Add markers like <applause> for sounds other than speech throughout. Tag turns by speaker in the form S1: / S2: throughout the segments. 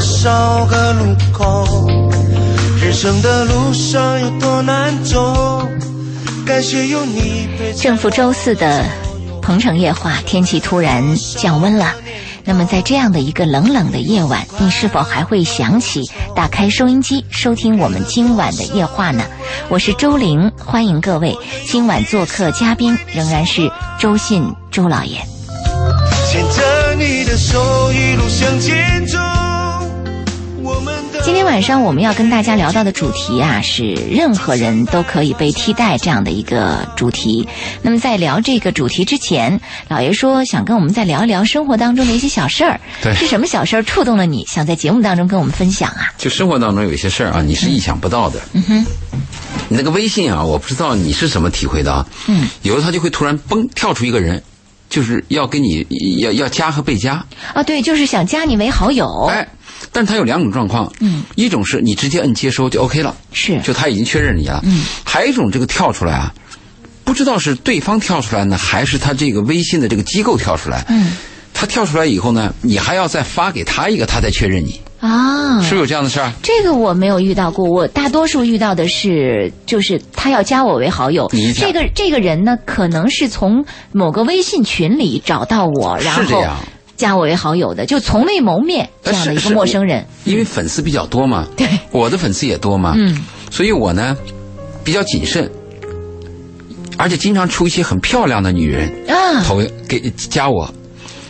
S1: 少个路口？人生的路上有多难走？感谢有你陪
S2: 正逢周四的鹏城夜话，天气突然降温了。那么，在这样的一个冷冷的夜晚，你是否还会想起打开收音机收听我们今晚的夜话呢？我是周玲，欢迎各位。今晚做客嘉宾仍然是周信周老爷。
S1: 牵着你的手一路向前走。我们的
S2: 今天晚上我们要跟大家聊到的主题啊，是任何人都可以被替代这样的一个主题。那么在聊这个主题之前，老爷说想跟我们再聊一聊生活当中的一些小事儿。
S3: 对
S2: 是什么小事儿触动了你，想在节目当中跟我们分享啊？
S3: 就生活当中有一些事儿啊，你是意想不到的。嗯哼，你那个微信啊，我不知道你是怎么体会的啊。嗯，有的他就会突然嘣跳出一个人，就是要跟你要要加和被加。
S2: 啊，对，就是想加你为好友。
S3: 哎，但他有两种状况。嗯，一种是你直接摁接收就 OK 了，
S2: 是
S3: 就他已经确认你了。嗯，还有一种这个跳出来啊，不知道是对方跳出来呢，还是他这个微信的这个机构跳出来。嗯，他跳出来以后呢，你还要再发给他一个，他再确认你，
S2: 啊，
S3: 是不是有这样的事儿？
S2: 这个我没有遇到过，我大多数遇到的是，就是他要加我为好友
S3: 你一。下
S2: 这个这个人呢，可能是从某个微信群里找到我，然
S3: 是这
S2: 后
S3: 样
S2: 加我为好友的，就从未谋面这
S3: 呃
S2: 样的
S3: 是
S2: 一个
S3: 是
S2: 陌生人。
S3: 因为粉丝比较多嘛，
S2: 对，
S3: 我的粉丝也多嘛，
S2: 嗯，
S3: 所以我呢比较谨慎，而且经常出一些很漂亮的女人
S2: 啊，
S3: 投给加我，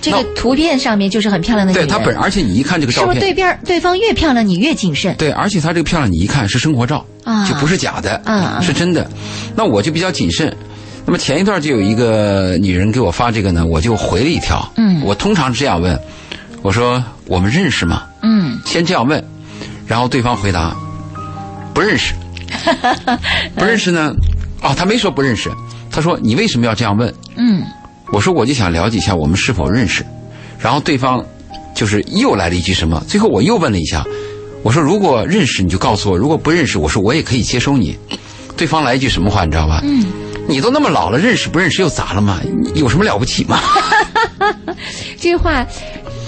S2: 这个图片上面就是很漂亮的女
S3: 对
S2: 人，
S3: 她本，而且你一看这个
S2: 是
S3: 照
S2: 不是
S3: 片，
S2: 对边儿对方越漂亮你越谨慎？
S3: 对，而且她这个漂亮你一看是生活照，
S2: 啊
S3: 就不是假的，
S2: 啊啊
S3: 是真的，那我就比较谨慎。那么前一段就有一个女人给我发这个呢，我就回了一条，
S2: 嗯
S3: 我通常是这样问，我说我们认识吗？
S2: 嗯，
S3: 先这样问，然后对方回答不
S2: <laughs>
S3: 认识，不认识呢？哦，他没说不认识，他说你为什么要这样问？
S2: 嗯，
S3: 我说我就想了解一下我们是否认识，然后对方就是又来了一句什么，最后我又问了一下，我说如果认识你就告诉我，如果不认识，我说我也可以接收你。对方来一句什么话，你知道吧？嗯，你都那么老了，认识不认识又咋了嘛？有什么了不起嘛？
S2: 这话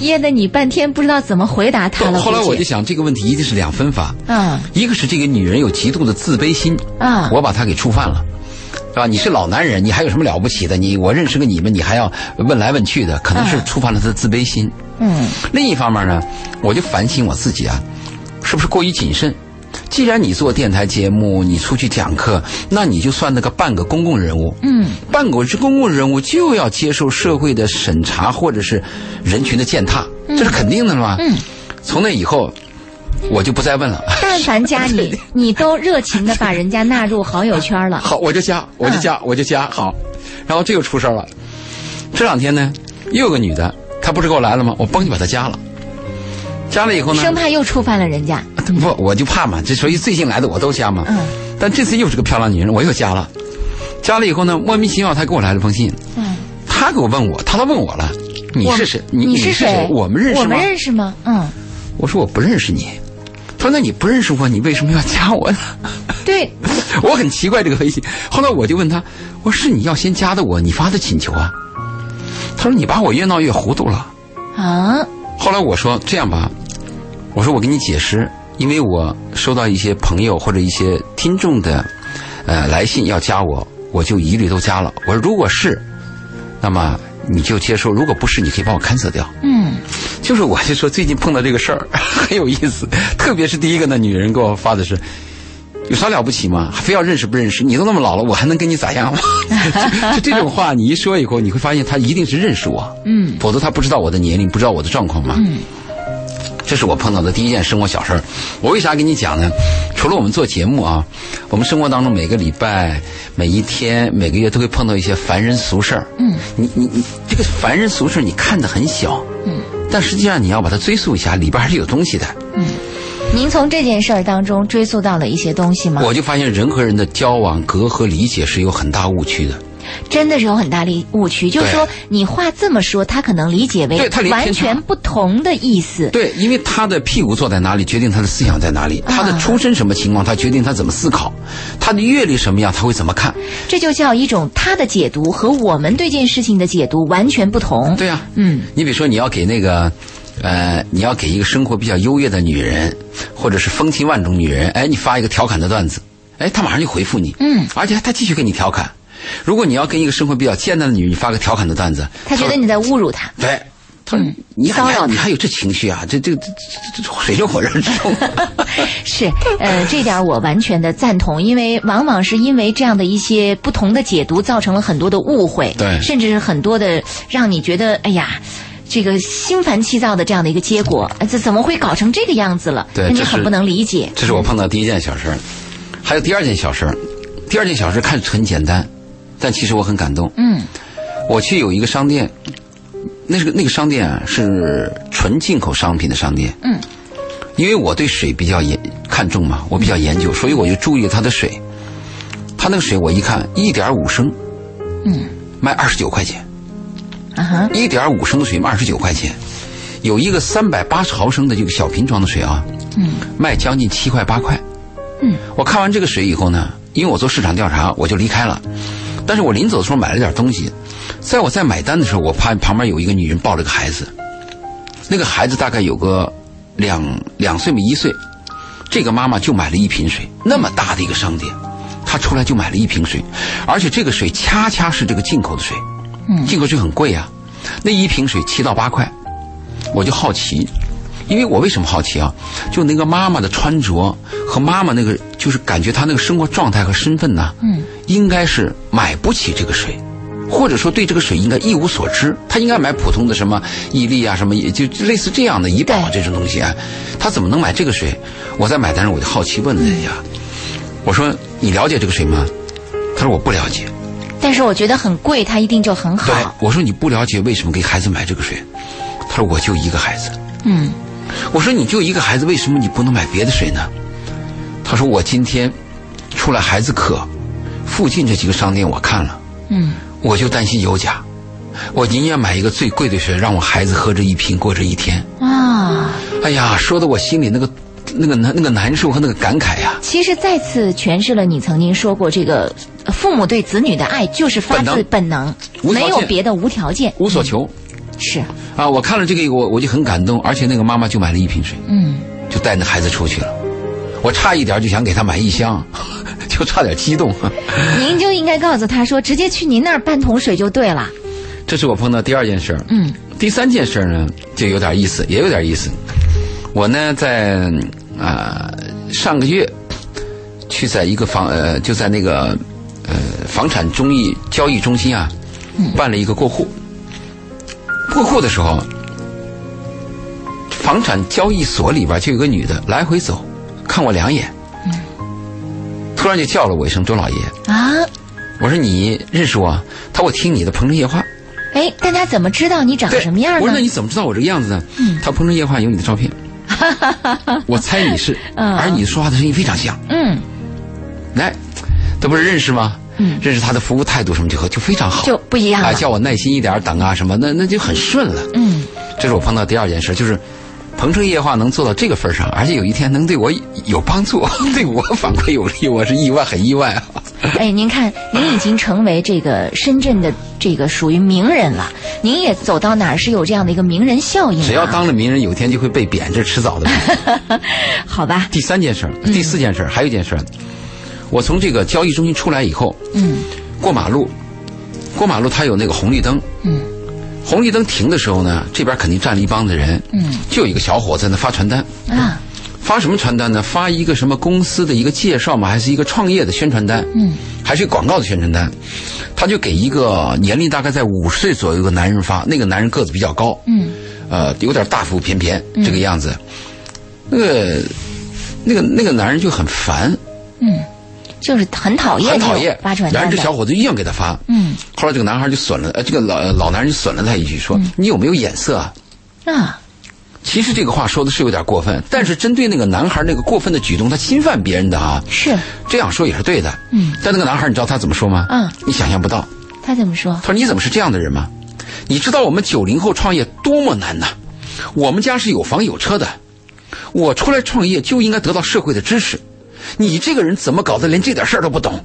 S2: 噎得你半天不知道怎么回答 <laughs> 他了。
S3: 后来
S2: 估计
S3: 我就想，这个问题一定是两分法。
S2: 嗯
S3: 一个是这个女人有极度的自卑心，
S2: 啊
S3: 我把她给触犯了。是吧？你是老男人，你还有什么了不起的？你我认识个你们，你还要问来问去的，可能是触犯了她的自卑心。
S2: 嗯
S3: 另一方面呢，我就反省我自己啊，是不是过于谨慎？既然你做电台节目，你出去讲课，那你就算那个半个公共人物。
S2: 嗯，
S3: 半个是公共人物，就要接受社会的审查或者是人群的践踏，这是肯定的了吧？嗯，从那以后，我就不再问了。
S2: 但凡加
S3: <laughs>
S2: 你，你都热情的把人家纳入好友圈了。
S3: 好，我就加，我就
S2: 嗯
S3: 加，我就加，好。然后这又出事儿了。这两天呢，又有个女的，她不是给我来了吗？我帮你把她加了。加了以后呢，
S2: 生怕又触犯了人家。
S3: 不，我就怕嘛，这所以最近来的我都加嘛。
S2: 嗯。
S3: 但这次又是个漂亮女人，我又加了。加了以后呢，莫名其妙她给我来了封信，
S2: 嗯，
S3: 她给我问我，她倒问我了，你是谁？你
S2: 你
S3: 是
S2: 谁？
S3: 我们认识吗？
S2: 我们认识吗？嗯，
S3: 我说我不认识你。她说那你不认识我，你为什么要加我呢？
S2: 对，
S3: <laughs> 我很奇怪这个微信。后来我就问他，我说是你要先加的我，你发的请求啊？他说你把我越闹越糊涂了。
S2: 啊，
S3: 后来我说这样吧，我说我给你解释，因为我收到一些朋友或者一些听众的呃来信要加我，我就一律都加了。我说如果是，那么你就接受；如果不是，你可以帮我 cancel 掉。
S2: 嗯，
S3: 就是我就说最近碰到这个事儿很有意思，特别是第一个那女人给我发的是。有啥了不起吗？还非要认识不认识？你都那么老了，我还能跟你咋样吗？ <laughs> 就这种话，你一说以后，你会发现他一定是认识我，
S2: 嗯，
S3: 否则他不知道我的年龄，不知道我的状况嘛。嗯，这是我碰到的第一件生活小事儿。我为啥跟你讲呢？除了我们做节目啊，我们生活当中每个礼拜、每一天、每个月都会碰到一些烦人俗事儿。嗯，你你你，这个烦人俗事儿你看得很小，嗯，但实际上你要把它追溯一下，里边还是有东西的。
S2: 您从这件事儿当中追溯到了一些东西吗？
S3: 我就发现人和人的交往、隔阂、理解是有很大误区的。
S2: 真的是有很大的误区，就是说你话这么说，他可能理解为
S3: 对他理解
S2: 完全
S3: 他
S2: 不同的意思。
S3: 对，因为他的屁股坐在哪里，决定他的思想在哪里；他的出身什么情况，他决定他怎么思考；他的阅历什么样，他会怎么看。
S2: 这就叫一种他的解读和我们对这件事情的解读完全不同。
S3: 对呀、啊
S2: 嗯，
S3: 你比如说你要给那个呃，你要给一个生活比较优越的女人，或者是风情万种女人，哎，你发一个调侃的段子，哎，她马上就回复你，
S2: 嗯，
S3: 而且她继续跟你调侃。如果你要跟一个生活比较艰难的女人，你发个调侃的段子，
S2: 他觉得你在侮辱他。
S3: 对，他说、你还
S2: 骚扰
S3: 你还有这情绪啊？这这这这这水深火热之中，
S2: 是，呃，这点儿我完全的赞同，因为往往是因为这样的一些不同的解读，造成了很多的误会，
S3: 对
S2: 甚至是很多的让你觉得，哎呀。这个心烦气躁的这样的一个结果，呃这怎么会搞成这个样子了？
S3: 对
S2: 那你
S3: 这是
S2: 很不能理解。
S3: 这是我碰到第一件小事儿，还有第二件小事儿。第二件小事看似很简单，但其实我很感动。
S2: 嗯
S3: 我去有一个商店，那是个那个商店啊，是纯进口商品的商店。
S2: 嗯，
S3: 因为我对水比较研看重嘛，我比较研
S2: 嗯
S3: 究，所以我就注意它的水。它那个水我一看，一点五升，
S2: 嗯
S3: 卖二十九块钱，
S2: 啊哈，
S3: 一点五升的水卖二十九块钱。有一个三百八十毫升的这个小瓶装的水啊，
S2: 嗯
S3: 卖将近七块八块。
S2: 嗯，
S3: 我看完这个水以后呢，因为我做市场调查，我就离开了。但是我临走的时候买了点东西，在我在买单的时候，我怕旁边有一个女人抱着个孩子，那个孩子大概有个两两岁嘛一岁，这个妈妈就买了一瓶水，那么大的一个商店，她出来就买了一瓶水，而且这个水恰恰是这个进口的水，
S2: 嗯
S3: 进口水很贵啊，那一瓶水七到八块，我就好奇，因为我为什么好奇啊？就那个妈妈的穿着和妈妈那个，就是感觉她那个生活状态和身份呢、
S2: 嗯，
S3: 应该是买不起这个水，或者说对这个水应该一无所知。她应该买普通的什么伊利啊，什么也就就类似这样的怡宝啊这
S2: 对
S3: 种东西啊，她怎么能买这个水？我在买单时我就好奇问了一下，我说你了解这个水吗？她说我不了解。
S2: 但是我觉得很贵，它一定就很
S3: 对
S2: 好。，
S3: 我说你不了解为什么给孩子买这个水，她说我就一个孩子。
S2: 嗯
S3: 我说你就一个孩子，为什么你不能买别的水呢？他说我今天出来孩子渴，附近这几个商店我看了，
S2: 嗯，
S3: 我就担心有假，我宁愿买一个最贵的水，让我孩子喝这一瓶过这一天。
S2: 啊，
S3: 哎呀，说的我心里那个那个难那个难受和那个感慨呀、
S2: 其实再次诠释了你曾经说过，这个呃父母对子女的爱就是发自本能，
S3: 无条件
S2: 没有别的无条件。
S3: 无所求
S2: 是，
S3: 啊！我看了这个，我我就很感动，而且那个妈妈就买了一瓶水，
S2: 嗯，
S3: 就带那孩子出去了。我差一点就想给他买一箱， <laughs> 就差点激动。 <laughs>
S2: 您就应该告诉他说，直接去您那儿搬桶水就对了。
S3: 这是我碰到第二件事儿。
S2: 嗯，
S3: 第三件事儿呢，就有点意思，也有点意思。我呢，在啊、呃上个月去在一个房呃就在那个呃房产中意交易中心啊，办了一个过户。过户的时候，呃房产交易所里边就有个女的来回走，看我两眼，突然就叫了我一声“周老爷
S2: 啊，”，
S3: 我说你认识我啊？她说我听你的《鹏城夜话》。
S2: 哎，但他怎么知道你长
S3: 对，
S2: 什么样
S3: 我
S2: 呢嗯
S3: 说那？你怎么知道我这个样子呢？他《鹏城夜话》有你
S2: <laughs>
S3: 的照片，我猜你是，
S2: 嗯
S3: 而你说话的声音非常像。
S2: 嗯，
S3: 来，这不是认识吗？
S2: 嗯
S3: 认识他的服务态度什么就和就非常好，
S2: 就不一样了
S3: 啊，叫我耐心一点儿等啊什么，那那就很顺了。
S2: 嗯，
S3: 这是我碰到第二件事，就是。鹏城夜话能做到这个份儿上，而且有一天能对我有帮助， <laughs> 对我反馈有利，我是意外，很意外啊！
S2: 哎，您看，您已经成为这个深圳的这个属于名人了，您也走到哪儿是有这样的一个名人效应、啊。
S3: 只要当了名人，有一天就会被贬，这是迟早的。
S2: <laughs> 好吧，嗯
S3: 第三件事儿，第四件事儿，还有一件事儿，我从这个交易中心出来以后，
S2: 嗯
S3: 过马路，过马路它有那个红绿灯，
S2: 嗯，
S3: 红绿灯停的时候呢，这边肯定站了一帮子人，
S2: 嗯，
S3: 就有一个小伙子在那发传单，
S2: 啊，
S3: 发什么传单呢？发一个什么公司的一个介绍嘛，还是一个创业的宣传单？
S2: 嗯，
S3: 还是一个广告的宣传单？他就给一个年龄大概在五十岁左右的男人发，那个男人个子比较高，
S2: 嗯，
S3: 呃，有点大腹便便这个样子，那个那个那个男人就很烦，
S2: 就是很讨厌
S3: 很
S2: 这种
S3: 讨厌，
S2: 发传
S3: 然
S2: 单
S3: 后这小
S2: 的。
S3: 伙子硬给他发，
S2: 嗯
S3: 后来这个男孩就损了，呃，这个老老男人就损了他一句说：“
S2: 嗯
S3: 你有没有眼色啊？”
S2: 啊，
S3: 其实这个话说的是有点过分，但是针对那个男孩那个过分的举动，他侵犯别人的啊，
S2: 是
S3: 这样说也是对的。
S2: 嗯，
S3: 但那个男孩，你知道他怎么说吗？
S2: 嗯，
S3: 你想象不到。
S2: 他怎么说？
S3: 他说：“你怎么是这样的人吗？你知道我们九零后创业多么难呐、我们家是有房有车的，我出来创业就应该得到社会的支持。你这个人怎么搞得连这点事儿都不懂？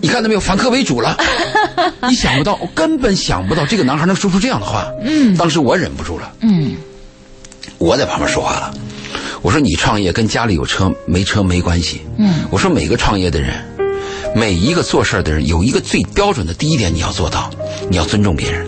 S3: 你看到没有，反客为主了。 <laughs> 你想不到，我根本想不到这个男孩能说出这样的话。嗯，当时我忍不住了。
S2: 嗯，
S3: 我在旁边说话了。我说你创业跟家里有车没车没关系。嗯，我说每个创业的人，每一个做事儿的人，有一个最标准的第一点，你要做到，你要尊重别人。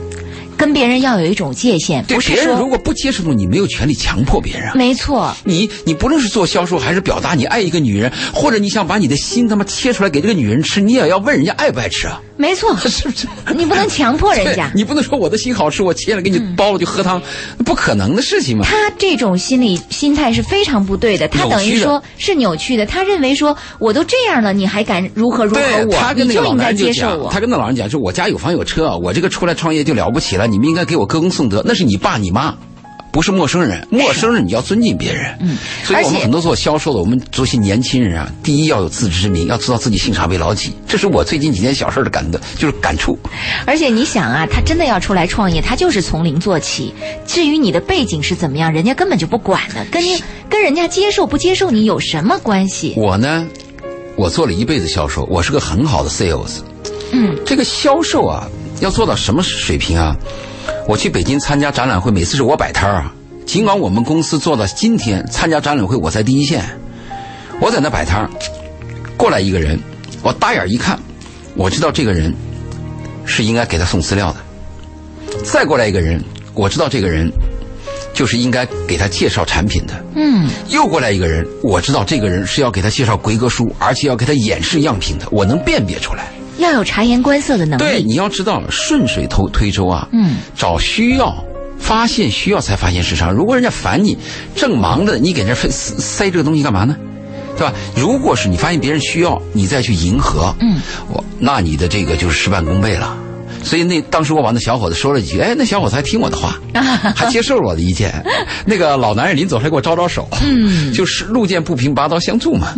S2: 跟别人要有一种界限，
S3: 对
S2: 不是
S3: 别人如
S2: 说
S3: 果不接受你，没有权利强迫别人啊。
S2: 没错，
S3: 你你不论是做销售还是表达你爱一个女人，或者你想把你的心他妈切出来给这个女人吃，你也要问人家爱不爱吃啊，
S2: 没错，
S3: <laughs> 是不是？
S2: 你不能哎强迫人家
S3: 对。你不能说我的心好吃，我切了给你包了就喝汤，不可能的事情嘛。
S2: 他这种心理心态是非常不对的，他等
S3: 扭曲
S2: 于
S3: 的
S2: 说是扭曲的。他认为说我都这样了，你还敢如何如何
S3: 对
S2: 我？
S3: 他
S2: 你
S3: 跟那个
S2: 就
S3: 老
S2: 应该
S3: 男人就
S2: 接受
S3: 讲，
S2: 我
S3: 他。跟那老人讲，就我家有房有车，我这个出来创业就了不起了，你们应该给我歌功颂德。那是你爸你妈，不是陌生人。陌生人你要尊敬别人。嗯，所以我
S2: 而
S3: 们
S2: 且
S3: 很多做销售的，我们做些年轻人啊，第一要有自知之明，要知道自己姓啥为老几。这是我最近几件小事的感的，就是感触。
S2: 而且你想啊，他真的要出来创业，他就是从零做起。至于你的背景是怎么样，人家根本就不管的，跟你跟人家接受不接受你有什么关系？
S3: 我呢，我做了一辈子销售，我是个很好的 sales。
S2: 嗯，
S3: 这个销售啊，要做到什么水平啊？我去北京参加展览会，每次是我摆摊儿啊。尽管我们公司做到今天，参加展览会我在第一线，我在那摆摊儿，过来一个人，我大眼一看，我知道这个人是应该给他送资料的。再过来一个人，我知道这个人就是应该给他介绍产品的。
S2: 嗯，
S3: 又过来一个人，我知道这个人是要给他介绍规格书，而且要给他演示样品的，我能辨别出来。
S2: 要有察言观色的能
S3: 对，
S2: 力。
S3: 你要知道顺水投推舟啊，
S2: 嗯，
S3: 找需要。发现需要才发现市场。如果人家烦你，正忙着，你给人家塞塞这个东西干嘛呢？对吧？如果是你发现别人需要，你再去迎合，嗯，我那你的这个就是事半功倍了。所以那当时我把那小伙子说了几句，哎，那小伙子还听我的
S2: <laughs>
S3: 话，还接受了我的意见。那个老男人临走还给我招招手，嗯，就是路见不平拔刀相助嘛。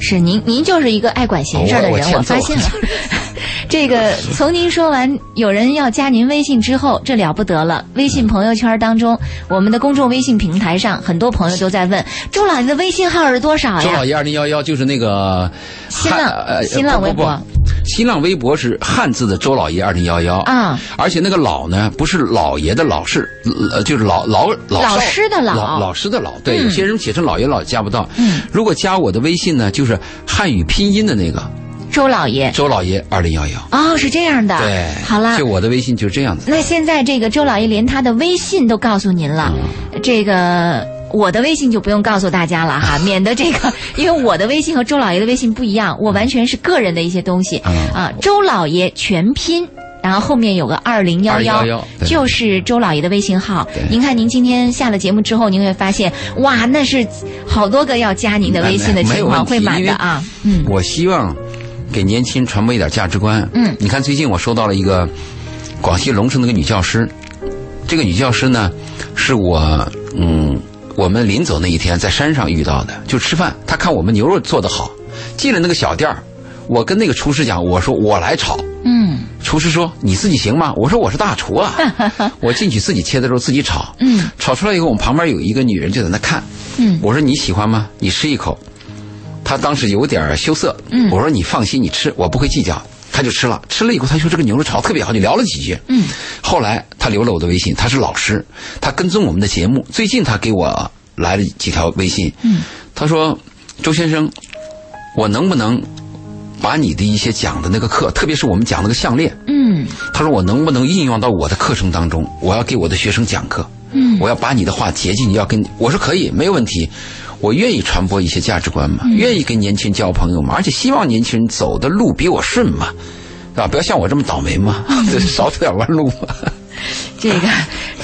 S2: 是您，您就是一个爱管闲事儿的
S3: 我我
S2: 人，
S3: 欠
S2: 我发
S3: 揍
S2: 现了。 <laughs> 这个从您说完有人要加您微信之后，这了不得了。微信朋友圈当中，我们的公众微信平台上，很多朋友都在问周老爷的微信号是多少
S3: 周老
S2: 哎呀？
S3: 爷二零幺幺就是那个
S2: 新
S3: 汉
S2: 浪
S3: 呃
S2: 新浪
S3: 不不
S2: 微博
S3: 不新浪微博是汉字的周老爷二零幺幺
S2: 啊，
S3: 而且那个老呢不是老爷的老是呃就是老老老少
S2: 老师的老嗯
S3: 老老师的老，对，有些人写成老爷老加不到。嗯，如果加我的微信呢，就是汉语拼音的那个
S2: 周老爷。
S3: 周老爷二零幺幺，
S2: 哦，是这样的。
S3: 对，
S2: 好啦
S3: 就。我的微信就是这样子。
S2: 那现在这个周老爷连他的微信都告诉您了，这个我的微信就不用告诉大家了
S3: <laughs>
S2: 哈，免得这个，因为我的微信和周老爷的微信不一样，我完全是个人的一些东西、
S3: 嗯
S2: 啊。周老爷全拼。然后后面有个二零幺
S3: 2011
S2: 幺，
S3: 对
S2: 就是周老爷的微信号
S3: 对。
S2: 您看，您今天下了节目之后，您会发现，哇，那是好多个要加您的微信的
S3: 没
S2: 情
S3: 有问
S2: 况，
S3: 题
S2: 会满的啊。嗯
S3: 我希望给年轻人传播一点价值观。
S2: 嗯
S3: 你看最近我收到了一个广西龙城的一个女教师，这个女教师呢是我嗯我们临走那一天在山上遇到的，就吃饭，她看我们牛肉做得好，进了那个小店儿，我跟那个厨师讲，我说我来炒。
S2: 嗯，
S3: 厨师说：“你自己行吗？”我说：“我是大厨 <laughs> 啊，我进去自己切的肉自己炒。
S2: 嗯，
S3: 炒出来以后，我们旁边有一个女人就在那看。
S2: 嗯，
S3: 我说你喜欢吗？你吃一口。她当时有点羞涩。嗯，我说你放心，你吃，我不会计较。她就吃了，吃了以后，她说这个牛肉炒得特别好，就聊了几句。嗯，后来她留了我的微信，她是老师，她跟踪我们的节目。最近她给我来了几条微信。嗯，她说：“周先生，我能不能把你的一些讲的那个课，特别是我们讲那个项链，
S2: 嗯，
S3: 他说我能不能应用到我的课程当中？我要给我的学生讲课，嗯，我要把你的话竭尽，要跟我说可以，没有问题，我愿意传播一些价值
S2: 嗯
S3: 观嘛，愿意跟年轻人交朋友嘛，而且希望年轻人走的路比我顺嘛，啊，不要像我这么倒
S2: <laughs>
S3: 霉嘛，对少走点弯路嘛。
S2: 这个，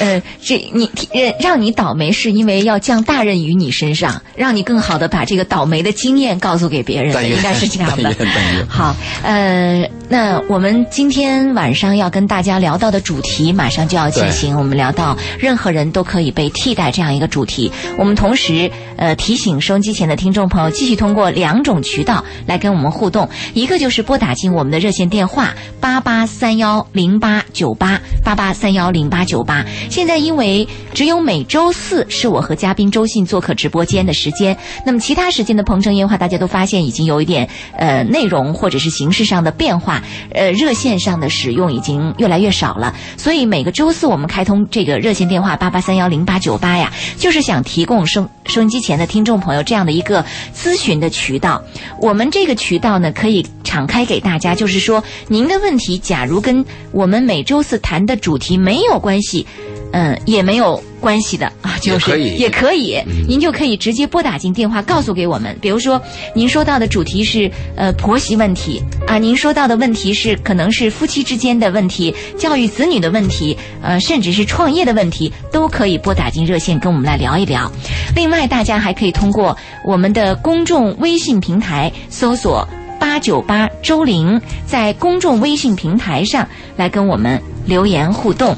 S2: 呃，这你呃让你倒霉，是因为要降大任于你身上，让你更好的把这个倒霉的经验告诉给别人，
S3: 但愿
S2: 应该是这样
S3: <laughs>
S2: 的
S3: 但愿但愿。
S2: 好，呃，那我们今天晚上要跟大家聊到的主题，马上就要进行。我们聊到任何人都可以被替代这样一个主题。我们同时呃提醒收音机前的听众朋友，继续通过两种渠道来跟我们互动，一个就是拨打进我们的热线电话八八三幺零八九八八八三幺零八九八。现在因为只有每周四是我和嘉宾周信做客直播间的时间。那么其他时间的鹏城夜话，大家都发现已经有一点呃内容或者是形式上的变化，呃热线上的使用已经越来越少了。所以每个周四我们开通这个热线电话八八三幺零八九八呀，就是想提供收收音机前的听众朋友这样的一个咨询的渠道。我们这个渠道呢，可以敞开给大家，就是说您的问题，假如跟我们每周四谈的主题没有关系，嗯，也没有关系的啊，就是
S3: 也可以
S2: 也可以，您就可以直接拨打进电话告诉给我们。比如说，您说到的主题是呃婆媳问题啊，您说到的问题是可能是夫妻之间的问题、啊教育子女的问题，呃，甚至是创业的问题，都可以拨打进热线跟我们来聊一聊。另外，大家还可以通过我们的公众微信平台搜索“八九八周玲”，在公众微信平台上来跟我们留言互动。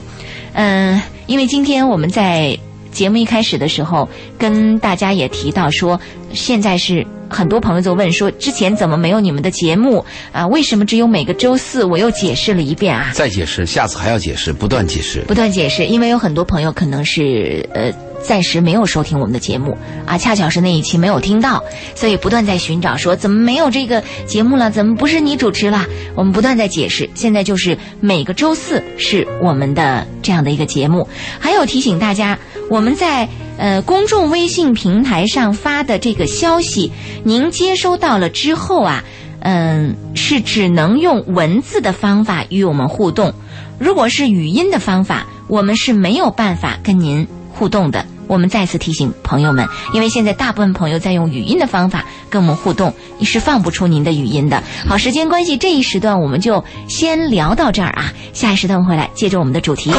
S2: 嗯，因为今天我们在节目一开始的时候，跟大家也提到说，现在是很多朋友就问说，之前怎么没有你们的节目啊？为什么只有每个周四？我又解释了一遍啊，
S3: 再解释，下次还要解释，不断解释。
S2: 不断解释，因为有很多朋友可能是呃。暂时没有收听我们的节目啊，恰巧是那一期没有听到，所以不断在寻找说怎么没有这个节目了，怎么不是你主持了？我们不断在解释，现在就是每个周四是我们的这样的一个节目。还有提醒大家，我们在呃公众微信平台上发的这个消息，您接收到了之后啊，嗯，是只能用文字的方法与我们互动。如果是语音的方法，我们是没有办法跟您互动的。我们再次提醒朋友们，因为现在大部分朋友在用语音的方法跟我们互动，你是放不出您的语音的。好，时间关系，这一时段我们就先聊到这儿啊。下一时段回来接着我们的主题。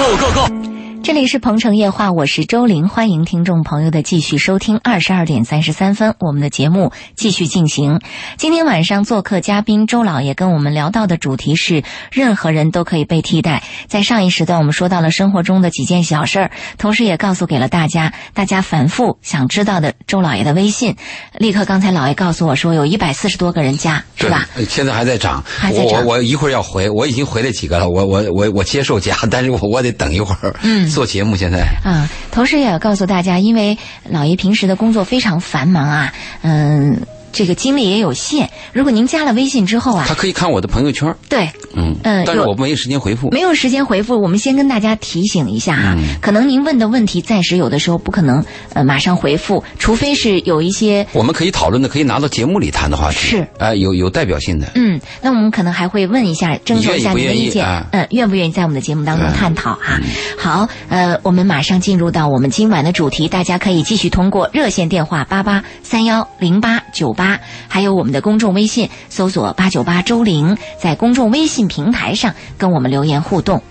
S2: 这里是《鹏城夜话》，我是周玲，欢迎听众朋友的继续收听。二十二点三十三分，我们的节目继续进行。今天晚上做客嘉宾周老爷跟我们聊到的主题是：任何人都可以被替代。在上一时段，我们说到了生活中的几件小事儿，同时也告诉给了大家大家反复想知道的周老爷的微信。立刻，刚才老爷告诉我说，有一百四十多个人加，是
S3: 对
S2: 吧？？
S3: 呃现在还在涨，
S2: 还在涨
S3: 我我一会儿要回，我已经回了几个了，我我我我接受加，但是我我得等一会儿。嗯，做节目现在
S2: 啊，同时也要告诉大家，因为老爷平时的工作非常繁忙啊，嗯，这个精力也有限。如果您加了微信之后啊
S3: 他，可以看我的朋友圈，
S2: 对，
S3: 嗯
S2: 嗯
S3: 但是
S2: 有
S3: 我没有时间回复。
S2: 没有时间回复，我们先跟大家提醒一下哈、可能您问的问题暂时有的时候不可能呃马上回复，除非是有一些
S3: 我们可以讨论的，可以拿到节目里谈的话题，
S2: 是
S3: 哎、有有代表性的。
S2: 嗯，那我们可能还会问一下，征求一下
S3: 你
S2: 您的
S3: 愿意不愿意
S2: 意见，
S3: 啊嗯
S2: 嗯，愿不愿意在我们的节目当中探讨啊？好，呃，我们马上进入到我们今晚的主题，大家可以继续通过热线电话八八三幺零八九八，还有我们的公众微信搜索八九八周玲，在公众微信平台上跟我们留言互动。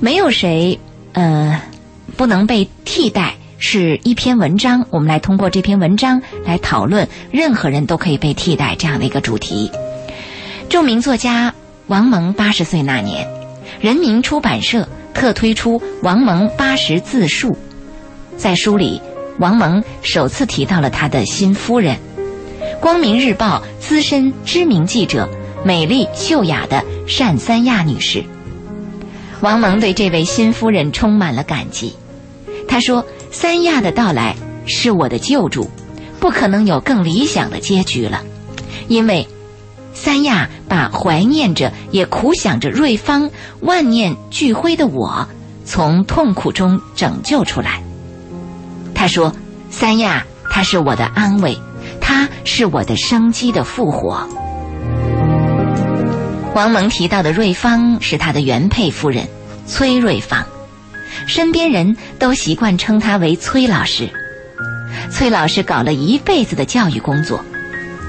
S2: 没有谁，呃，不能被替代。是一篇文章，我们来通过这篇文章来讨论任何人都可以被替代这样的一个主题。著名作家王蒙八十岁那年，人民出版社特推出《王蒙八十自述》。在书里，王蒙首次提到了他的新夫人，《光明日报》资深知名记者、美丽秀雅的单三亚女士。王蒙对这位新夫人充满了感激。他说：“三亚的到来是我的救助，不可能有更理想的结局了，因为三亚把怀念着也苦想着瑞芳万念俱灰的我，从痛苦中拯救出来。他说：“三亚，它是我的安慰，它是我的生机的复活。”王蒙提到的瑞芳是他的原配夫人崔瑞芳，身边人都习惯称她为崔老师。崔老师搞了一辈子的教育工作，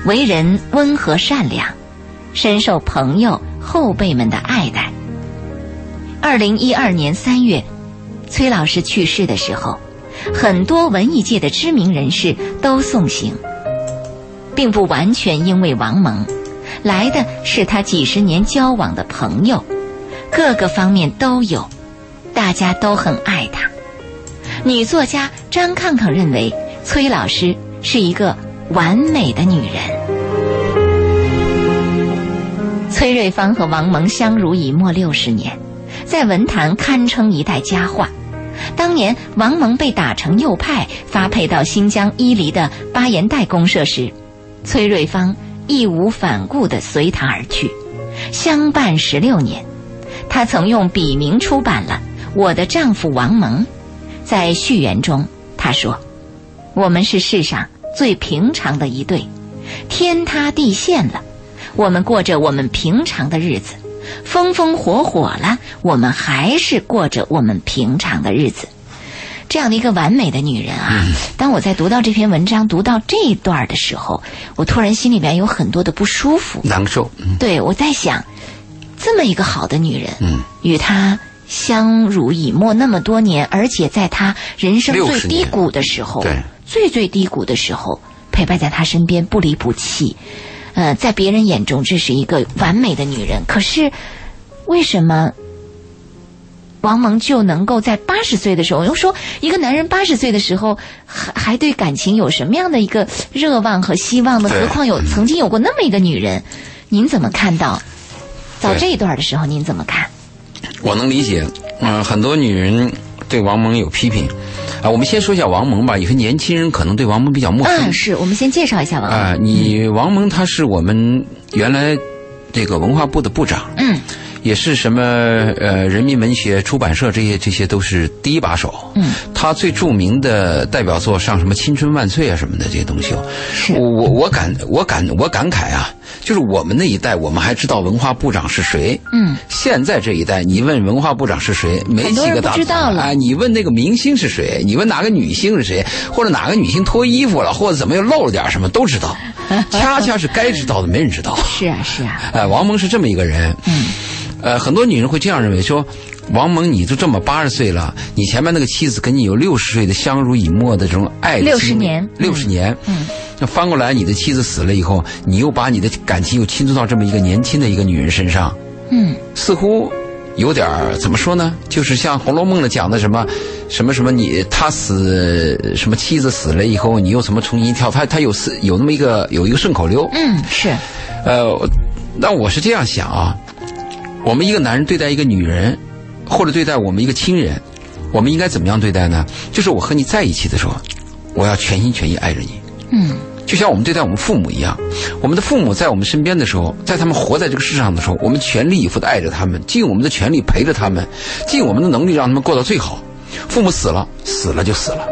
S2: 为人温和善良，深受朋友后辈们的爱戴。二零一二年三月，崔老师去世的时候，很多文艺界的知名人士都送行，并不完全因为王蒙，来的是他几十年交往的朋友，各个方面都有，大家都很爱他。女作家张抗抗认为，崔老师是一个完美的女人。崔瑞芳和王蒙相濡以沫六十年，在文坛堪称一代佳话。当年王蒙被打成右派，发配到新疆伊犁的巴彦代公社时，崔瑞芳义无反顾地随他而去，相伴十六年。他曾用笔名出版了《我的丈夫王蒙》，在序言中他说：“我们是世上最平常的一对，天塌地陷了，我们过着我们平常的日子；风风火火了，我们还是过着我们平常的日子。”这样的一个完美的女人啊！当我在读到这篇文章、读到这一段的时候，我突然心里面有很多的不舒服。
S3: 难受，嗯
S2: 对，我在想，这么一个好的女人，
S3: 嗯，
S2: 与她相濡以沫那么多年，而且在她人生最
S3: 60
S2: 低
S3: 年
S2: 谷的时候，
S3: 对
S2: 最最低谷的时候，陪伴在她身边，不离不弃。呃，在别人眼中，这是一个完美的女人。可是，为什么王蒙就能够在八十岁的时候，又说一个男人八十岁的时候还还对感情有什么样的一个热望和希望呢？
S3: 对嗯
S2: 何况有曾经有过那么一个女人，您怎么看到？到
S3: 对
S2: 这一段的时候，您怎么看？
S3: 我能理解。嗯、很多女人对王蒙有批评，啊，我们先说一下王蒙吧。有些年轻人可能对王蒙比较陌生
S2: 啊，，是我们先介绍一下王蒙。
S3: 啊，你王蒙他是我们原来这个文化部的部长，
S2: 嗯，
S3: 也是什么呃人民文学出版社这些这些都是第一把手，嗯，他最著名的代表作像什么《青春万岁》啊什么的这些东西哦，
S2: 是
S3: 我我我感我感我感慨啊，就是我们那一代我们还知道文化部长是谁，
S2: 嗯，
S3: 现在这一代你问文化部长是谁，没
S2: 很多
S3: 几
S2: 人
S3: 个
S2: 不
S3: 大
S2: 知道了
S3: 啊，你问那个明星是谁，你问哪个女星是谁，或者哪个女星脱衣服了，或者怎么又露了点什么，都
S2: <laughs>
S3: 知道。恰恰是该知道的没人知道。
S2: 是啊，是啊，
S3: 呃，王蒙是这么一个人。嗯。呃，很多女人会这样认为，说王蒙你都这么八十岁了，你前面那个妻子跟你有六十岁的相濡以沫的这种爱的
S2: 60
S3: 经历
S2: 年
S3: 六十年，嗯，那翻过来你的妻子死了以后，你又把你的感情又倾注到这么一个年轻的一个女人身上，
S2: 嗯，
S3: 似乎有点儿怎么说呢？就是像《红楼梦》里讲的什么什么什么你他死什么妻子死了以后，你又什么重新跳，他他有四有那么一个有一个顺口溜，
S2: 嗯，是
S3: 呃，那我是这样想啊，我们一个男人对待一个女人，或者对待我们一个亲人，我们应该怎么样对待呢？就是我和你在一起的时候，我要全心全意爱着你。
S2: 嗯，
S3: 就像我们对待我们父母一样，我们的父母在我们身边的时候，在他们活在这个世上的时候，我们全力以赴的爱着他们，尽我们的全力陪着他们，尽我们的能力让他们过到最好。父母死了，死了就死了。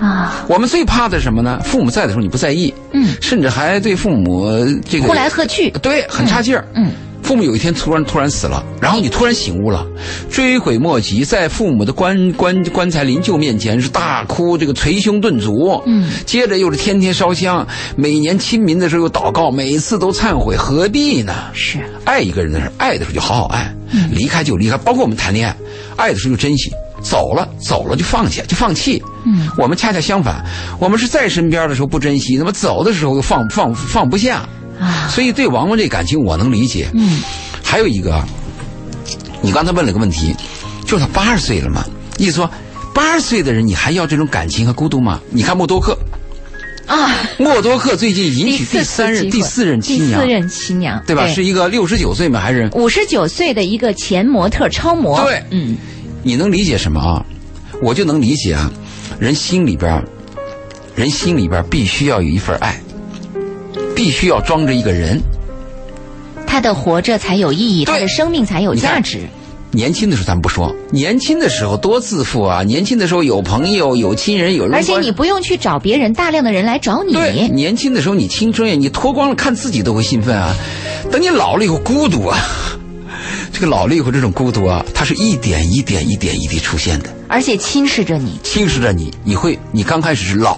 S2: 啊，
S3: 我们最怕的是什么呢？父母在的时候你不在意，
S2: 嗯，
S3: 甚至还对父母呃这个
S2: 呼来喝去，
S3: 对，很差劲儿。
S2: 嗯嗯
S3: 父母有一天突然突然死了，然后你突然醒悟了，追悔莫及，在父母的棺棺棺材灵柩面前是大哭，这个捶胸顿足。嗯，接着又是天天烧香，每年清明的时候又祷告，每一次都忏悔，何必呢？
S2: 是
S3: 爱一个人的时候，爱的时候就好好爱，离开就离开，包括我们谈恋爱，爱的时候就珍惜，走了走了就放下，就放弃。嗯，我们恰恰相反，我们是在身边的时候不珍惜，那么走的时候又放放放不下。
S2: 啊，
S3: 所以对王蒙这感情我能理解。嗯，还有一个啊，你刚才问了个问题，就是他八十岁了嘛，意思说八十岁的人你还要这种感情和孤独吗？你看默多克，
S2: 啊，
S3: 默多克最近迎
S2: 第
S3: 娶第
S2: 四次
S3: 三任、
S2: 机
S3: 第
S2: 会
S3: 四任
S2: 第
S3: 新娘
S2: 四，任新娘，
S3: 对吧？是一个六十九岁嘛，还是
S2: 五十九岁的一个前模特超模，
S3: 对
S2: 嗯，
S3: 你能理解什么啊？我就能理解啊，人心里边儿，人心里边儿必须要有一份爱，必须要装着一个人。
S2: 她的活着才有意义，
S3: 对
S2: 她的生命才有
S3: 你看
S2: 价值，
S3: 年轻的时候咱不说，年轻的时候多自负啊！年轻的时候有朋友、有亲人、有人
S2: 而
S3: 关
S2: 且
S3: 心，
S2: 你不用去找别人，大量的人来找
S3: 对
S2: 你，
S3: 年轻的时候你青春呀，你脱光了看自己都会兴奋啊。等你老了以后孤独啊， <laughs> 这个老了以后这种孤独啊，它是一点一点一点一滴出现的，
S2: 而且侵蚀着你，
S3: 侵蚀着你。你会，你刚开始是老，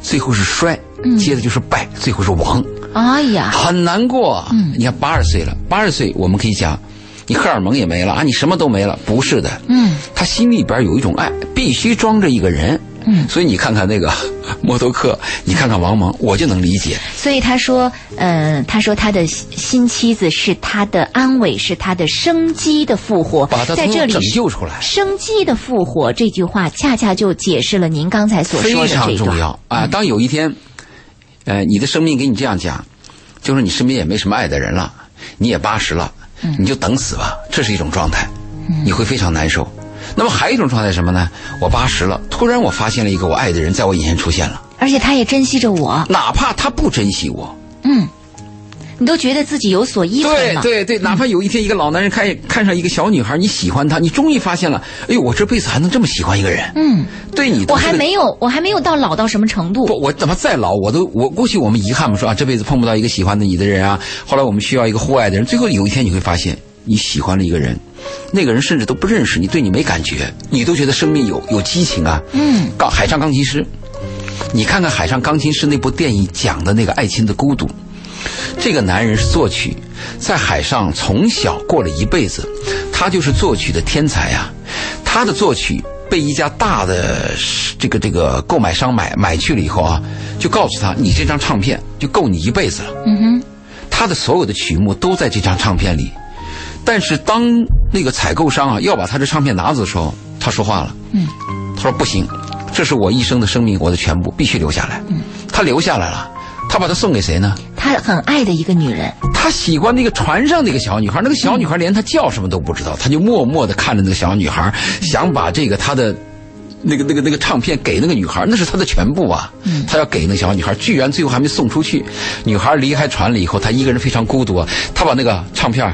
S3: 最后是衰，
S2: 嗯
S3: 接着就是败，最后是亡。
S2: 哎呀，
S3: 很难过。嗯，你看八十岁了，八十岁我们可以讲，你荷尔蒙也没了啊，你什么都没了，不是的。
S2: 嗯，
S3: 他心里边有一种爱，必须装着一个人。嗯，所以你看看那个 <laughs> 默多克，你看看王蒙，我就能理解。
S2: 所以他说，呃，他说他的新新妻子是他的安慰，是他的生机的复活
S3: 把，他
S2: 在这里
S3: 拯救出来
S2: 生机的复活这句话，恰恰就解释了您刚才所说
S3: 非
S2: 的这
S3: 常
S2: 一
S3: 重
S2: 段。
S3: 要啊！当有一天，呃，你的生命给你这样讲，就是你身边也没什么爱的人了，你也八十了，你就等死吧，这是一种状态，你会非常难受。那么还有一种状态是什么呢？我八十了，突然我发现了一个我爱的人在我眼前出现了，
S2: 而且他也珍惜着我，
S3: 哪怕他不珍惜我，
S2: 你都觉得自己有所依
S3: 对
S2: 存了。
S3: 对对，哪怕有一天一个老男人看看上一个小女孩，你喜欢她，你终于发现了，哎呦，我这辈子还能这么喜欢一个人，
S2: 嗯，
S3: <laughs> 对你都
S2: 我
S3: 是
S2: 还没有，我还没有到老到什么程度。
S3: 不，我怎么再老，我都我过去我们遗憾嘛，说啊这辈子碰不到一个喜欢的你的人啊，后来我们需要一个互爱的人，最后有一天你会发现，你喜欢了一个人，那个人甚至都不认识你，对你没感觉，你都觉得生命有有激情啊。
S2: 嗯，
S3: 钢海上钢琴师，你看看《海上钢琴师》那部电影讲的那个爱情的孤独，这个男人是作曲，在海上从小过了一辈子，他就是作曲的天才啊。他的作曲被一家大的这个这个购买商买买去了以后啊，就告诉他，你这张唱片就够你一辈子了。
S2: 嗯哼，
S3: 他的所有的曲目都在这张唱片里，但是当那个采购商啊要把他的唱片拿走的时候，他说话了，嗯，他说不行，这是我一生的生命，我的全部必须留下来。嗯，他留下来了，他把它送给谁呢？
S2: 他很爱的一个女人，
S3: 他喜欢那个船上那个小女孩，那个小女孩连她叫什么都不知道，他就默默的看着那个小女孩，想把这个他的。那个、那个、那个唱片给那个女孩，那是他的全部啊！他要给那个小女孩，居然最后还没送出去。女孩离开船了以后，他一个人非常孤独啊！他把那个唱片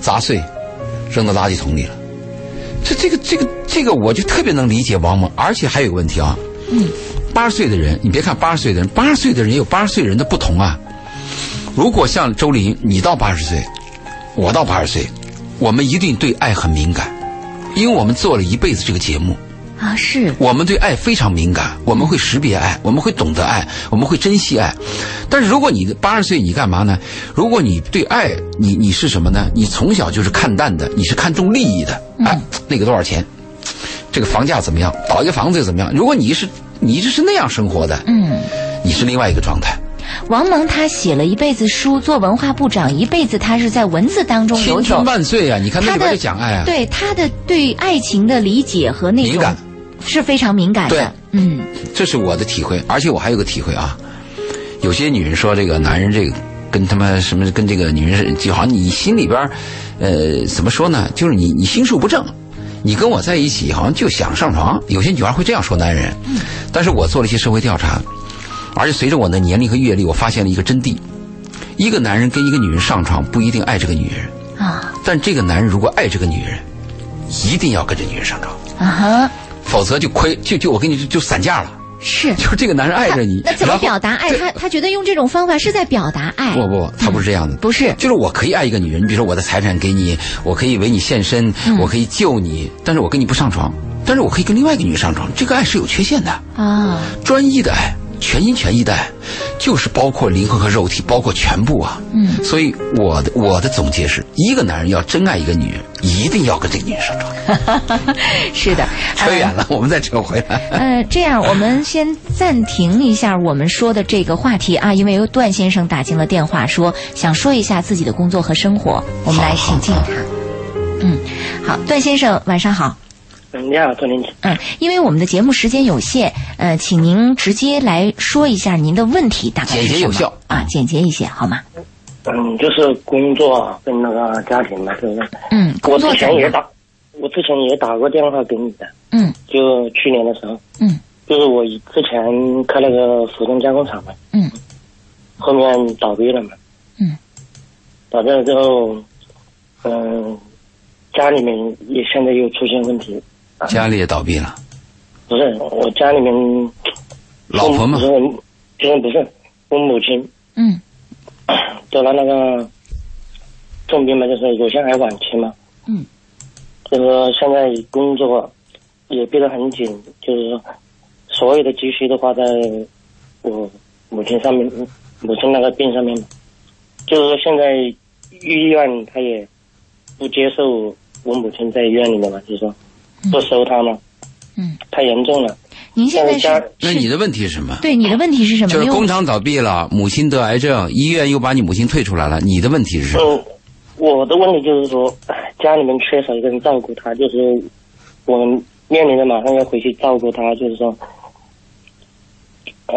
S3: 砸碎，扔到垃圾桶里了。这、这个、这个、这个，我就特别能理解王蒙。而且还有一个问题啊，八十岁的人，你别看八十岁的人，八十岁的人也有八十岁人的不同啊。如果像周林，你到八十岁，我到八十岁，我们一定对爱很敏感，因为我们做了一辈子这个节目，
S2: 啊，是
S3: 我们对爱非常敏感，我们会识别爱，我们会懂得爱，我们会珍惜爱。但是如果你八十岁，你干嘛呢？如果你对爱，你你是什么呢？你从小就是看淡的，你是看重利益的。
S2: 嗯
S3: 哎，那个多少钱？这个房价怎么样？倒一个房子又怎么样？如果你是你一直是那样生活的，
S2: 嗯。
S3: 你是另外一个状态。
S2: 王蒙他写了一辈子书，做文化部长一辈子，他是在文字当中游
S3: 千军
S2: 走。
S3: 万岁啊！你看那
S2: 他
S3: 里边
S2: 的
S3: 就讲爱啊。
S2: 对他的对爱情的理解和那
S3: 敏
S2: 种
S3: 感
S2: 是非常敏感
S3: 对
S2: 的。嗯，
S3: 这是我的体会，而且我还有个体会啊，有些女人说这个男人这个跟他妈什么跟这个女人是，就好像你心里边儿，呃，怎么说呢？就是你你心术不正，你跟我在一起好像就想上床。有些女孩会这样说男人，但是我做了一些社会调查，而且随着我的年龄和阅历，我发现了一个真谛：一个男人跟一个女人上床不一定爱这个女人，
S2: 啊
S3: 但这个男人如果爱这个女人，一定要跟这女人上床，
S2: 啊哈，
S3: 否则就亏就就我跟你就就散架了。
S2: 是。
S3: <laughs> 就是这个男人爱着你，
S2: 那怎么
S3: 然后
S2: 表达爱？
S3: 对
S2: 他他觉得用这种方法是在表达爱，
S3: 不不，他不是这样的。
S2: 不是
S3: 就是我可以爱一个女人，你比如说我的财产给你，我可以为你献身，
S2: 嗯
S3: 我可以救你，但是我跟你不上床，但是我可以跟另外一个女人上床，这个爱是有缺陷的。
S2: 啊？
S3: 专一的爱，全心全意的爱，就是包括灵魂和肉体，包括全部啊。嗯，所以我的我的总结是，一个男人要真爱一个女人，一定要跟这个女人上床。
S2: 是的，
S3: 扯远
S2: 哎
S3: 了，我们再扯回来。
S2: 呃，这样我们先暂停一下我们说的这个话题啊，因为有段先生打进了电话说，想说一下自己的工作和生活，我们来
S3: 好好
S2: 请进
S3: 好
S2: 他。嗯，好，段先生，晚上好。
S4: 嗯，你好，周林姐。
S2: 嗯，因为我们的节目时间有限，呃，请您直接来说一下您的问题大概是
S3: 简洁
S2: 什
S3: 有
S2: 么
S3: 效
S2: 啊，简洁一些好吗？
S4: 嗯，就是工作跟那个家庭嘛，就是
S2: 嗯，
S4: 我
S2: 工
S4: 之
S2: 作怎
S4: 前
S2: 么
S4: 也
S2: 样？
S4: 打，我之前也打过电话给你的，
S2: 嗯
S4: 就去年的时候，
S2: 嗯
S4: 就是我之前开了个服装加工厂嘛，
S2: 嗯
S4: 后面倒闭了嘛，
S2: 嗯，
S4: 倒闭了之后，嗯、家里面也现在又出现问题，
S3: 家里也倒闭了，
S4: 不是我家里面，
S3: 老婆嘛
S4: 不，是，就是不是我母亲
S2: 嗯
S4: 得了那个重病嘛，就是乳腺癌晚期嘛。
S2: 嗯。
S4: 就是现在工作也逼得很紧，就是说所有的积蓄都花在我母亲上面，母亲那个病上面嘛。就是说现在医院他也不接受我母亲在医院里面嘛，就是说不收她嘛，
S2: 嗯，
S4: 太严重了。
S2: 您现在
S4: 家
S2: 是
S3: 那
S2: 是
S3: 你的问呃题是什么？
S2: 对你的问题是什么？
S3: 就是
S2: 因为
S3: 工厂倒闭了，母亲得癌症，医院又把你母亲退出来了。你的问题是什么？
S4: 嗯，我的问题就是说， <sighs> 唉家里面缺少一个人照顾他，就是我们面临着马上要回去照顾他，就是说，唉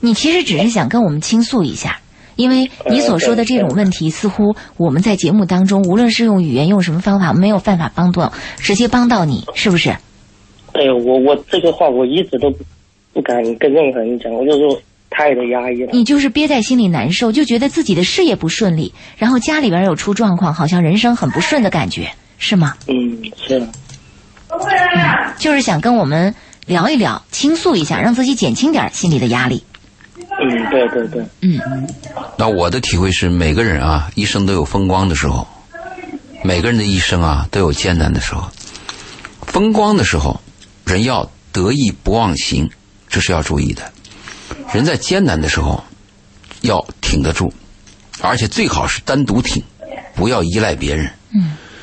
S2: 你其实只是想跟我们倾诉一下，因为你所说的这种问题，似乎我们在节目当中，无论是用语言用什么方法，没有办法帮到，直接帮到你，是不是？
S4: 对哎我我这个话我一直都不不敢跟任何人讲，我就说太的压抑了。
S2: 你就是憋在心里难受，就觉得自己的事业不顺利，然后家里边有出状况，好像人生很不顺的感觉，是吗？
S4: 嗯，是的，
S2: 就是想跟我们聊一聊，倾诉一下，让自己减轻点儿心里的压力。
S4: 嗯，对对对，
S3: 那我的体会是，每个人啊，一生都有风光的时候，每个人的一生啊，都有艰难的时候。风光的时候，人要得意不忘形，这是要注意的。人在艰难的时候，要挺得住，而且最好是单独挺，不要依赖别人。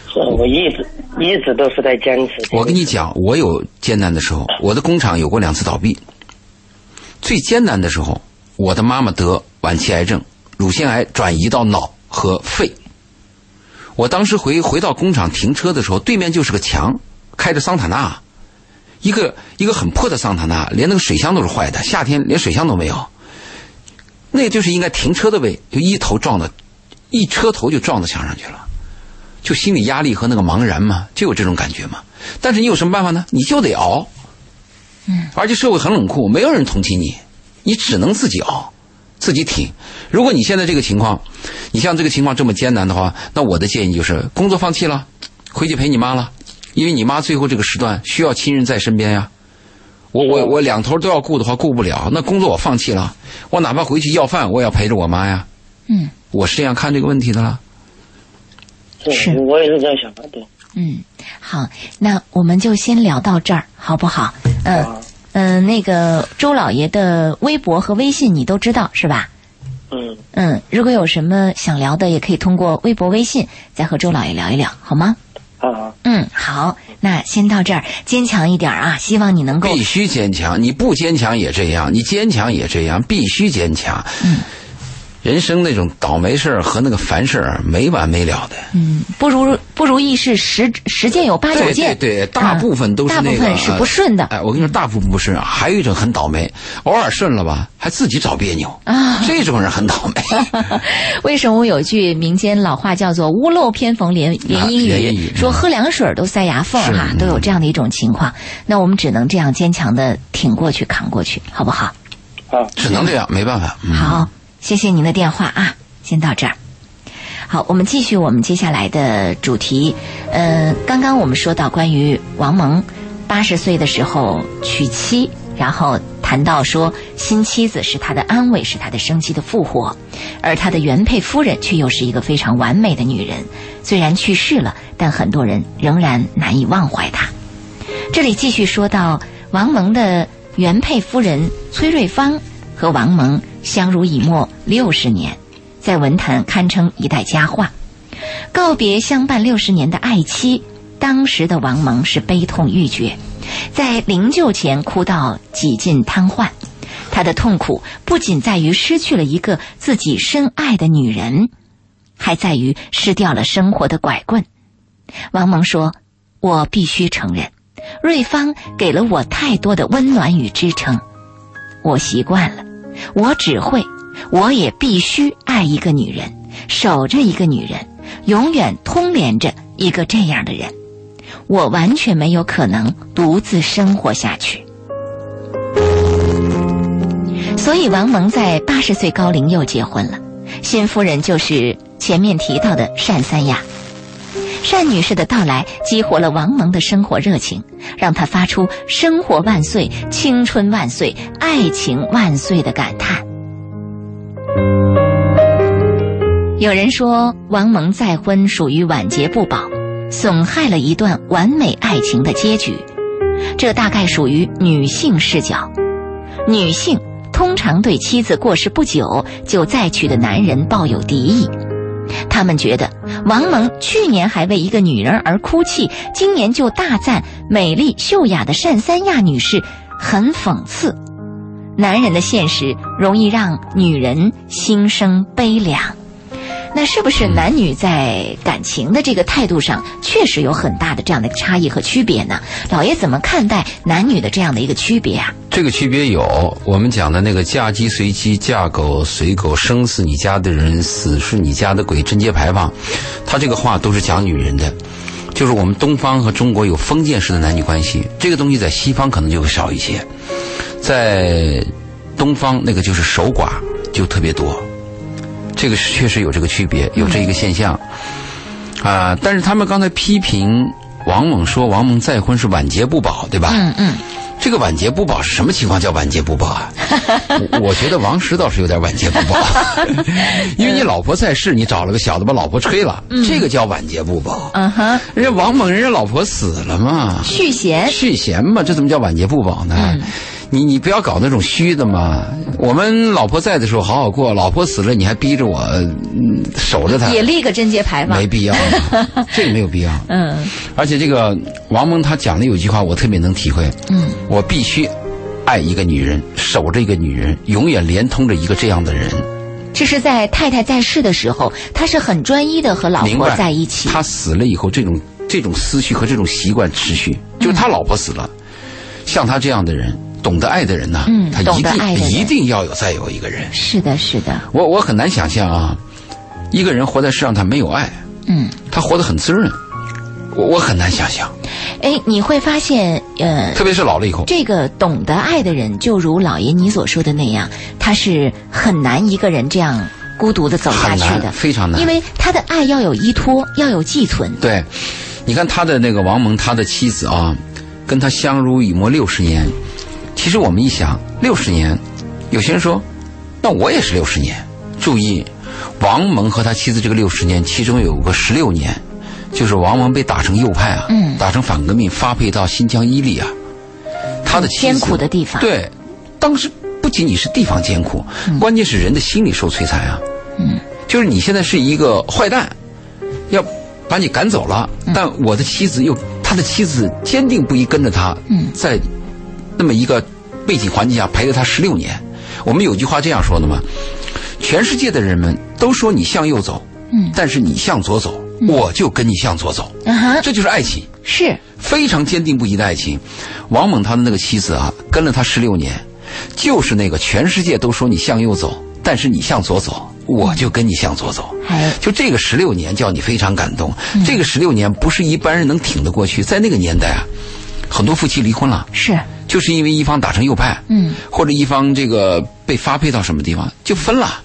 S4: 是的我一直一直都是在坚持这个。
S3: 我跟你讲，我有艰难的时候，我的工厂有过两次倒闭。最艰难的时候，我的妈妈得晚期癌症，乳腺癌转移到脑和肺。我当时回回到工厂停车的时候，对面就是个墙，开着桑塔纳，一个一个很破的桑塔纳，连那个水箱都是坏的，夏天连水箱都没有。那就是应该停车的位，就一头撞到，一车头就撞到墙上去了。就心理压力和那个茫然嘛，就有这种感觉嘛。但是你有什么办法呢？你就得熬。嗯。而且社会很冷酷，没有人同情你，你只能自己熬，自己挺。如果你现在这个情况，你像这个情况这么艰难的话，那我的建议就是工作放弃了，回去陪你妈了，因为你妈最后这个时段需要亲人在身边呀。我我我两头都要顾的话，顾不了。那工作我放弃了，我哪怕回去要饭，我也要陪着我妈呀。
S2: 嗯
S3: 我是这样看这个问题的啦。
S4: 是
S2: 是
S4: 的，我也是这样想的，对。
S2: 嗯，好，那我们就先聊到这儿，好不好？嗯
S4: 啊，
S2: 嗯、那个周老爷的微博和微信你都知道是吧？
S4: 嗯，
S2: 嗯，如果有什么想聊的，也可以通过微博、微信再和周老爷聊一聊，好吗？
S4: 啊，
S2: 嗯，好，那先到这儿，坚强一点儿啊！希望你能够
S3: 必须坚强，你不坚强也这样，你坚强也这样，必须坚强。
S2: 嗯，
S3: 人生那种倒霉事儿和那个烦事儿没完没了的。
S2: 嗯，不如不如意事十十件有八九
S3: 对对
S2: 件，嗯
S3: 对，大部分都是
S2: 大
S3: 那
S2: 部
S3: 个，啊
S2: 分是不顺的
S3: 哎，我跟你说，大部分不是，还有一种很倒霉，偶尔顺了吧，还自己找别扭。
S2: 啊，
S3: 这种人很倒霉，
S2: <laughs> 为什么有句民间老话叫做“屋漏偏逢连连阴
S3: 啊连阴
S2: 雨”？
S3: 雨
S2: 说喝凉水儿都塞牙缝儿
S3: 是
S2: 哈，
S3: 嗯
S2: 都有这样的一种情况。那我们只能这样坚强的挺过去、扛过去，好不好？
S4: 啊，
S3: 只能这样，没办法。嗯、
S2: 好，谢谢您的电话啊，先到这儿。好，我们继续我们接下来的主题。呃，刚刚我们说到关于王蒙八十岁的时候娶妻，然后谈到说新妻子是他的安慰，是他的生机的复活，而他的原配夫人却又是一个非常完美的女人。虽然去世了，但很多人仍然难以忘怀她。这里继续说到王蒙的原配夫人崔瑞芳和王蒙相濡以沫六十年，在文坛堪称一代佳话。告别相伴六十年的爱妻，当时的王蒙是悲痛欲绝，在灵柩前哭到几近瘫痪。他的痛苦不仅在于失去了一个自己深爱的女人，还在于失掉了生活的拐棍。王蒙说：“我必须承认，瑞芳给了我太多的温暖与支撑，我习惯了，我只会，我也必须爱一个女人，守着一个女人，永远通连着一个这样的人，我完全没有可能独自生活下去。”所以王蒙在八十岁高龄又结婚了，新夫人就是前面提到的单三亚。单女士的到来激活了王蒙的生活热情，让他发出“生活万岁，青春万岁，爱情万岁”的感叹。有人说，王蒙再婚属于晚节不保，损害了一段完美爱情的结局。这大概属于女性视角。女性通常对妻子过世不久就再娶的男人抱有敌意，他们觉得王蒙去年还为一个女人而哭泣，今年就大赞美丽秀雅的单三亚女士，很讽刺。男人的现实容易让女人心生悲凉，那是不是男女在感情的这个态度上确实有很大的这样的差异和区别呢？老爷怎么看待男女的这样的一个区别啊？
S3: 这个区别有我们讲的那个嫁鸡随鸡，嫁狗随狗，生是你家的人，死是你家的鬼，贞节牌坊，他这个话都是讲女人的。就是我们东方和中国有封建式的男女关系，这个东西在西方可能就会少一些，在东方那个就是守寡就特别多，这个是确实有这个区别，有这一个现象啊、但是他们刚才批评王猛说王蒙再婚是晚节不保，对吧？
S2: 嗯嗯，
S3: 这个晚节不保是什么情况叫晚节不保啊？我我觉得王石倒是有点晚节不保，因为你老婆在世，你找了个小的把老婆吹了，这个叫晚节不保。
S2: 嗯哼，
S3: 人家王猛，人家老婆死了嘛，
S2: 续弦，
S3: 续弦嘛，这怎么叫晚节不保呢？你你不要搞那种虚的嘛！我们老婆在的时候好好过，老婆死了你还逼着我、嗯守着她，
S2: 也立个贞节牌坊
S3: <laughs> 没。
S2: <laughs>
S3: 必要，这个没有必要。
S2: 嗯
S3: 而且这个王蒙他讲的有一句话，我特别能体会。
S2: 嗯，
S3: 我必须爱一个女人，守着一个女人，永远连通着一个这样的人。
S2: 这是在太太在世的时候，他是很专一的和老
S3: 明
S2: 婆
S3: 白
S2: 在一起。
S3: 他死了以后，这种这种思绪和这种习惯持续，就是
S2: 嗯
S3: 他老婆死了，像他这样的人，懂得爱的人呐、
S2: 嗯
S3: 他
S2: 懂
S3: 一
S2: 得爱的
S3: 定
S2: 人
S3: 一定要有再有一个人。
S2: 是的，是的，
S3: 我我很难想象啊，一个人活在世上他没有爱，
S2: 嗯。
S3: 他活得很滋润，我我很难想象，
S2: 哎，你会发现，呃，
S3: 特别是老了以后。
S2: 这个懂得爱的人，就如老爷你所说的那样，他是很难一个人这样孤独的走下
S3: 很
S2: 去的
S3: 难，，非常难。
S2: 因为他的爱要有依托，要有寄存。
S3: 对，你看他的那个王蒙，他的妻子啊，跟他相濡以沫六十年。其实我们一想，六十年，有些人说，那我也是六十年。注意，王蒙和他妻子这个六十年，其中有个十六年，就是王蒙被打成右派啊，
S2: 嗯
S3: 打成反革命，发配到新疆伊犁啊。他的妻
S2: 艰
S3: 子
S2: 苦的地方
S3: 对，当时不仅仅是地方艰苦，关键是人的心理受摧残啊。
S2: 嗯，
S3: 就是你现在是一个坏蛋，要把你赶走了，
S2: 嗯
S3: 但我的妻子又，他的妻子坚定不移跟着他，
S2: 嗯
S3: 在那么一个背景环境下陪了他十六年。我们有句话这样说的嘛：全世界的人们都说你向右走，
S2: 嗯
S3: 但是你向左走，我就跟你向左走，
S2: 啊哈，
S3: 这就是爱情。
S2: 是，
S3: 非常坚定不移的爱情。王猛他的那个妻子啊，跟了他十六年，就是那个全世界都说你向右走，但是你向左走，我就跟你向左走。
S2: 哎，
S3: 就这个十六年，叫你非常感动。这个十六年不是一般人能挺得过去，在那个年代啊，很多夫妻离婚了，
S2: 是，
S3: 就是因为一方打成右派，
S2: 嗯，
S3: 或者一方这个被发配到什么地方就分了。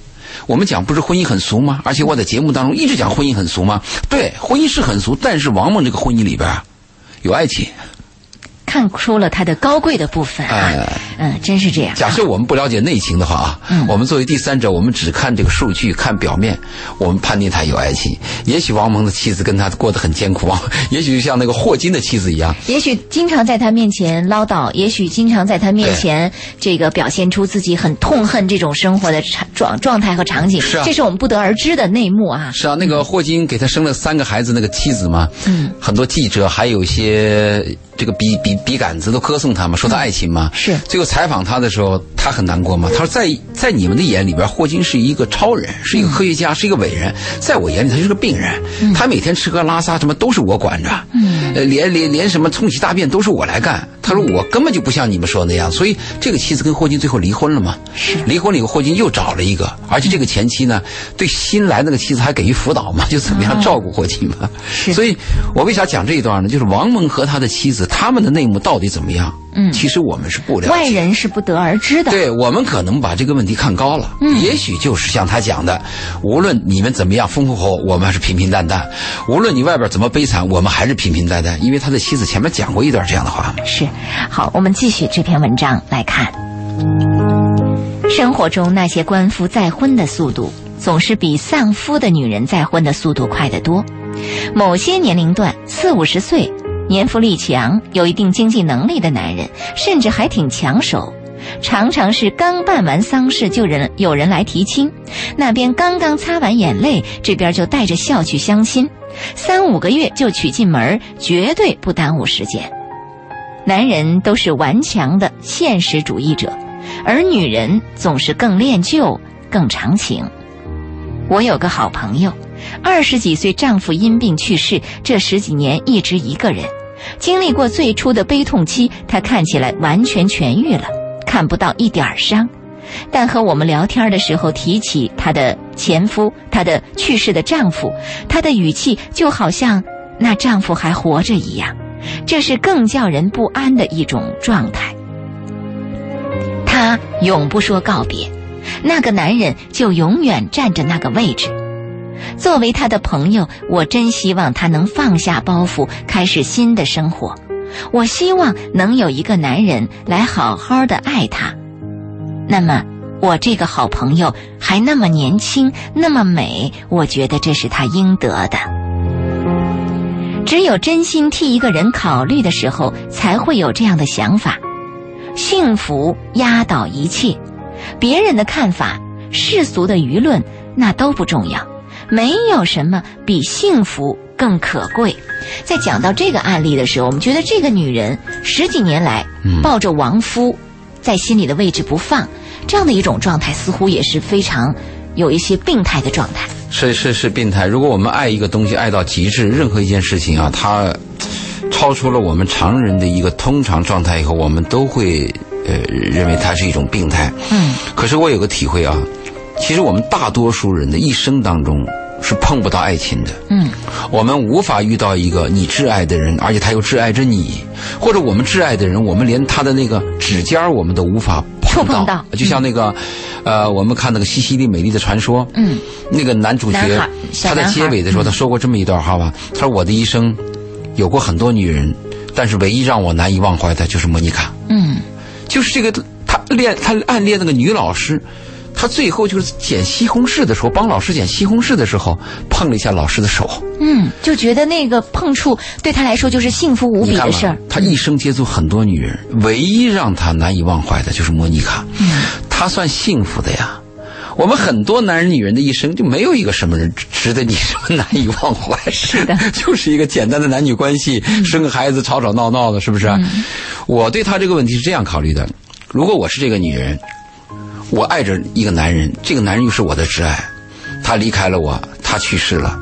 S3: 我们讲不是婚姻很俗吗？而且我在节目当中一直讲婚姻很俗吗？对，婚姻是很俗，但是王蒙这个婚姻里边啊有爱情。
S2: 看出了他的高贵的部分啊
S3: 哎。
S2: 嗯，真是这样。
S3: 假设我们不了解内情的话啊，我们作为第三者，我们只看这个数据、看表面，我们判定他有爱情。也许王蒙的妻子跟他过得很艰苦，啊，也许就像那个霍金的妻子一样，
S2: 也许经常在他面前唠叨，也许经常在他面前这个表现出自己很痛恨这种生活的场状状态和场景，
S3: 是啊
S2: 这是我们不得而知的内幕啊。
S3: 是啊，那个霍金给他生了三个孩子，那个妻子嘛，
S2: 嗯，
S3: 很多记者还有一些这个笔笔笔杆子都歌颂他嘛，说他爱情嘛。
S2: 嗯是
S3: 最后采访他的时候，他很难过嘛。他说在在你们的眼里边，霍金是一个超人，是一个科学家，是一个伟人，在我眼里他就是个病人。他每天吃喝拉撒什么都是我管着，嗯，呃，连连连什么冲洗大便都是我来干。他说我根本就不像你们说的那样，所以这个妻子跟霍金最后离婚了嘛。
S2: 是
S3: 离婚了以后，霍金又找了一个，而且这个前妻呢，对新来那个妻子还给予辅导嘛， <laughs> 就怎么样照顾霍金嘛。
S2: 是
S3: 所以我为啥讲这一段呢？就是王蒙和他的妻子他们的内幕到底怎么样？嗯，其实我们是不了解的。
S2: 外人是不得而知的。
S3: 对我们可能把这个问题看高了，也许就是像他讲的，无论你们怎么样风风火火，我们还是平平淡淡；无论你外边怎么悲惨，我们还是平平淡淡。因为他的妻子前面讲过一段这样的话嘛。
S2: 是，好，我们继续这篇文章来看。生活中那些官夫再婚的速度，总是比丧夫的女人再婚的速度快得多。某些年龄段，四五十岁、年富力强、有一定经济能力的男人，甚至还挺抢手。常常是刚办完丧事就人有人来提亲，那边刚刚擦完眼泪，这边就带着笑去相亲，三五个月就娶进门儿，绝对不耽误时间。男人都是顽强的现实主义者，而女人总是更恋旧、更长情。我有个好朋友，二十几岁丈夫因病去世，这十几年一直一个人，经历过最初的悲痛期，她看起来完全痊愈了。看不到一点儿伤。但和我们聊天的时候提起她的前夫、她的去世的丈夫，她的语气就好像那丈夫还活着一样，这是更叫人不安的一种状态。她永不说告别，那个男人就永远站着那个位置。作为她的朋友，我真希望她能放下包袱，开始新的生活。我希望能有一个男人来好好的爱她。那么，我这个好朋友还那么年轻，那么美，我觉得这是她应得的。只有真心替一个人考虑的时候，才会有这样的想法。幸福压倒一切，别人的看法、世俗的舆论，那都不重要。没有什么比幸福更可贵。在讲到这个案例的时候，我们觉得这个女人十几年来抱着亡夫在心里的位置不放，这样的一种状态，似乎也是非常有一些病态的状态。
S3: 是是是病态。如果我们爱一个东西爱到极致，任何一件事情啊，它超出了我们常人的一个通常状态以后，我们都会呃认为它是一种病态。
S2: 嗯，
S3: 可是我有个体会啊，其实我们大多数人的一生当中是碰不到爱情的。
S2: 嗯，
S3: 我们无法遇到一个你挚爱的人，而且他又挚爱着你，或者我们挚爱的人，我们连他的那个指尖儿我们都无法碰
S2: 触
S3: 到。
S2: 碰到
S3: 就像那个，呃，我们看那个《西西里美丽的传说》，
S2: 嗯，
S3: 那个男主角
S2: 男孩小
S3: 他在
S2: 男孩嗯
S3: 结尾的时候，他说过这么一段话吧，他说我的一生有过很多女人，但是唯一让我难以忘怀的就是莫妮卡。
S2: 嗯，
S3: 就是这个他练他暗恋那个女老师，他最后就是剪西红柿的时候，帮老师剪西红柿的时候碰了一下老师的手。
S2: 嗯，就觉得那个碰触对她来说就是幸福无比
S3: 你看
S2: 的
S3: 吧，
S2: 事儿。
S3: 他一生接触很多女人，唯一让他难以忘怀的就是莫妮卡。
S2: 嗯
S3: 他算幸福的呀。我们很多男人、女人的一生就没有一个什么人值值得你什么难以忘怀，是
S2: 的，
S3: <laughs>
S2: 嗯
S3: 就是一个简单的男女关系，生个孩子吵吵闹闹的，是不是？我对他这个问题是这样考虑的：如果我是这个女人，我爱着一个男人，这个男人又是我的挚爱，他离开了我，他去世了，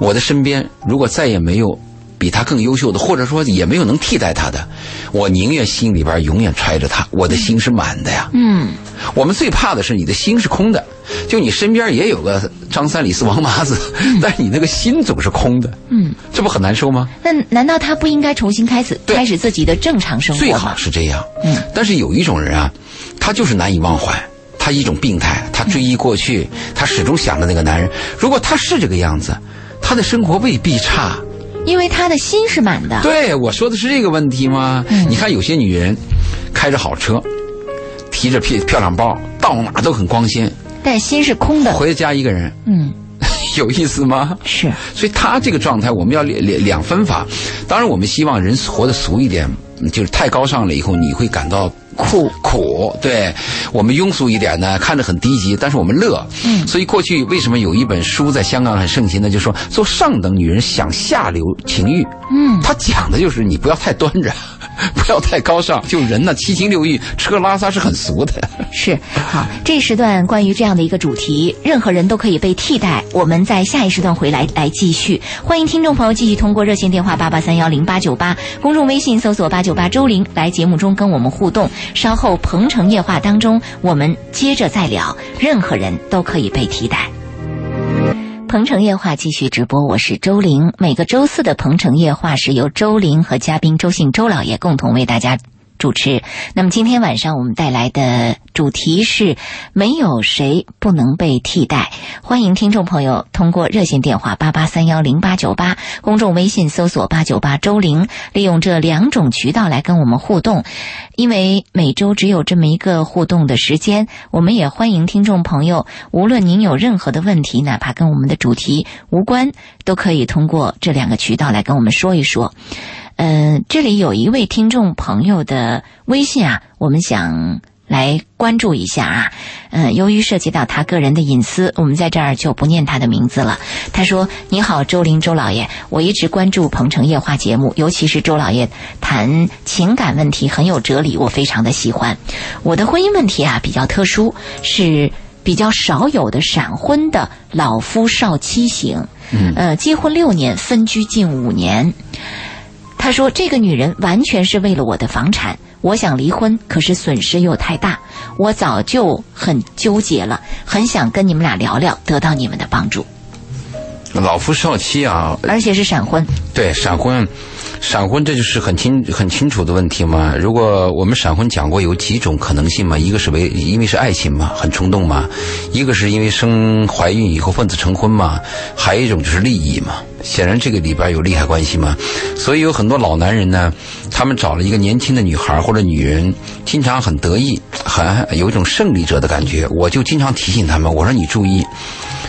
S3: 我的身边如果再也没有比他更优秀的，或者说也没有能替代他的，我宁愿心里边永远揣着他，我的心是满的呀。
S2: 嗯，
S3: 我们最怕的是你的心是空的，就你身边也有个张三李四王麻子，但是你那个心总是空的，
S2: 嗯，
S3: 这不很难受吗？
S2: 那难道她不应该重新开始
S3: 对
S2: 开始自己的正常生活
S3: 最好
S2: 吗？
S3: 是这样，
S2: 嗯，
S3: 但是有一种人啊，他就是难以忘怀，他一种病态，他追忆过去，他始终想着那个男人。如果他是这个样子，他的生活未必差。
S2: 因为她的心是满 <laughs> 的。
S3: 对，我说的是这个问题吗？你看有些女人开着好车，提着漂漂亮包，到哪都很光鲜，
S2: 但心是空的。
S3: 回家一个人，
S2: 嗯，
S3: <laughs> 有意思吗？
S2: 是，
S3: 所以他这个状态，我们要两两两分法。当然，我们希望人活得俗一点，就是太高尚了以后，你会感到苦苦。对我们庸俗一点呢，看着很低级，但是我们乐。嗯，所以过去为什么有一本书在香港很盛行呢？就说做上等女人想下流情欲。嗯，他讲的就是你不要太端着， <laughs> 不要太高尚，就人呢七情六欲，吃喝拉撒是很俗的。
S2: 是好，这时段关于这样的一个主题，任何人都可以被替代。我们在下一时段回来来继续，欢迎听众朋友继续通过热线电话八八三幺零八九八，公众微信搜索八九八周玲来节目中跟我们互动。稍后《鹏城夜话》当中，我们接着再聊，任何人都可以被替代。鹏城夜话继续直播，我是周玲。每个周四的鹏城夜话是由周玲和嘉宾周信周老爷共同为大家主持。那么今天晚上我们带来的主题是没有谁不能被替代。欢迎听众朋友通过热线电话八八三幺零八九八，公众微信搜索八九八周玲，利用这两种渠道来跟我们互动。因为每周只有这么一个互动的时间，我们也欢迎听众朋友，无论您有任何的问题，哪怕跟我们的主题无关，都可以通过这两个渠道来跟我们说一说。呃，这里有一位听众朋友的微信啊，我们想来关注一下啊。呃，由于涉及到他个人的隐私，我们在这儿就不念他的名字了。他说：“你好，周玲周老爷，我一直关注《鹏城夜话》节目，尤其是周老爷谈情感问题很有哲理，我非常的喜欢。我的婚姻问题啊比较特殊，是比较少有的闪婚的老夫少妻型。嗯，呃，结婚六年，分居近五年。”他他说这个女人完全是为了我的房产，我想离婚，可是损失又太大，我早就很纠结了，很想跟你们俩聊聊，得到你们的帮助，
S3: 老夫少妻啊，
S2: 而且是闪婚。
S3: 对闪婚，闪婚这就是很清很清楚的问题嘛。如果我们闪婚讲过有几种可能性嘛，一个是为因为是爱情嘛，很冲动嘛；一个是因为生怀孕以后奉子成婚嘛；还有一种就是利益嘛。显然这个里边有利害关系嘛，所以有很多老男人呢，他们找了一个年轻的女孩或者女人，经常很得意，很有一种胜利者的感觉。我就经常提醒他们，我说你注意，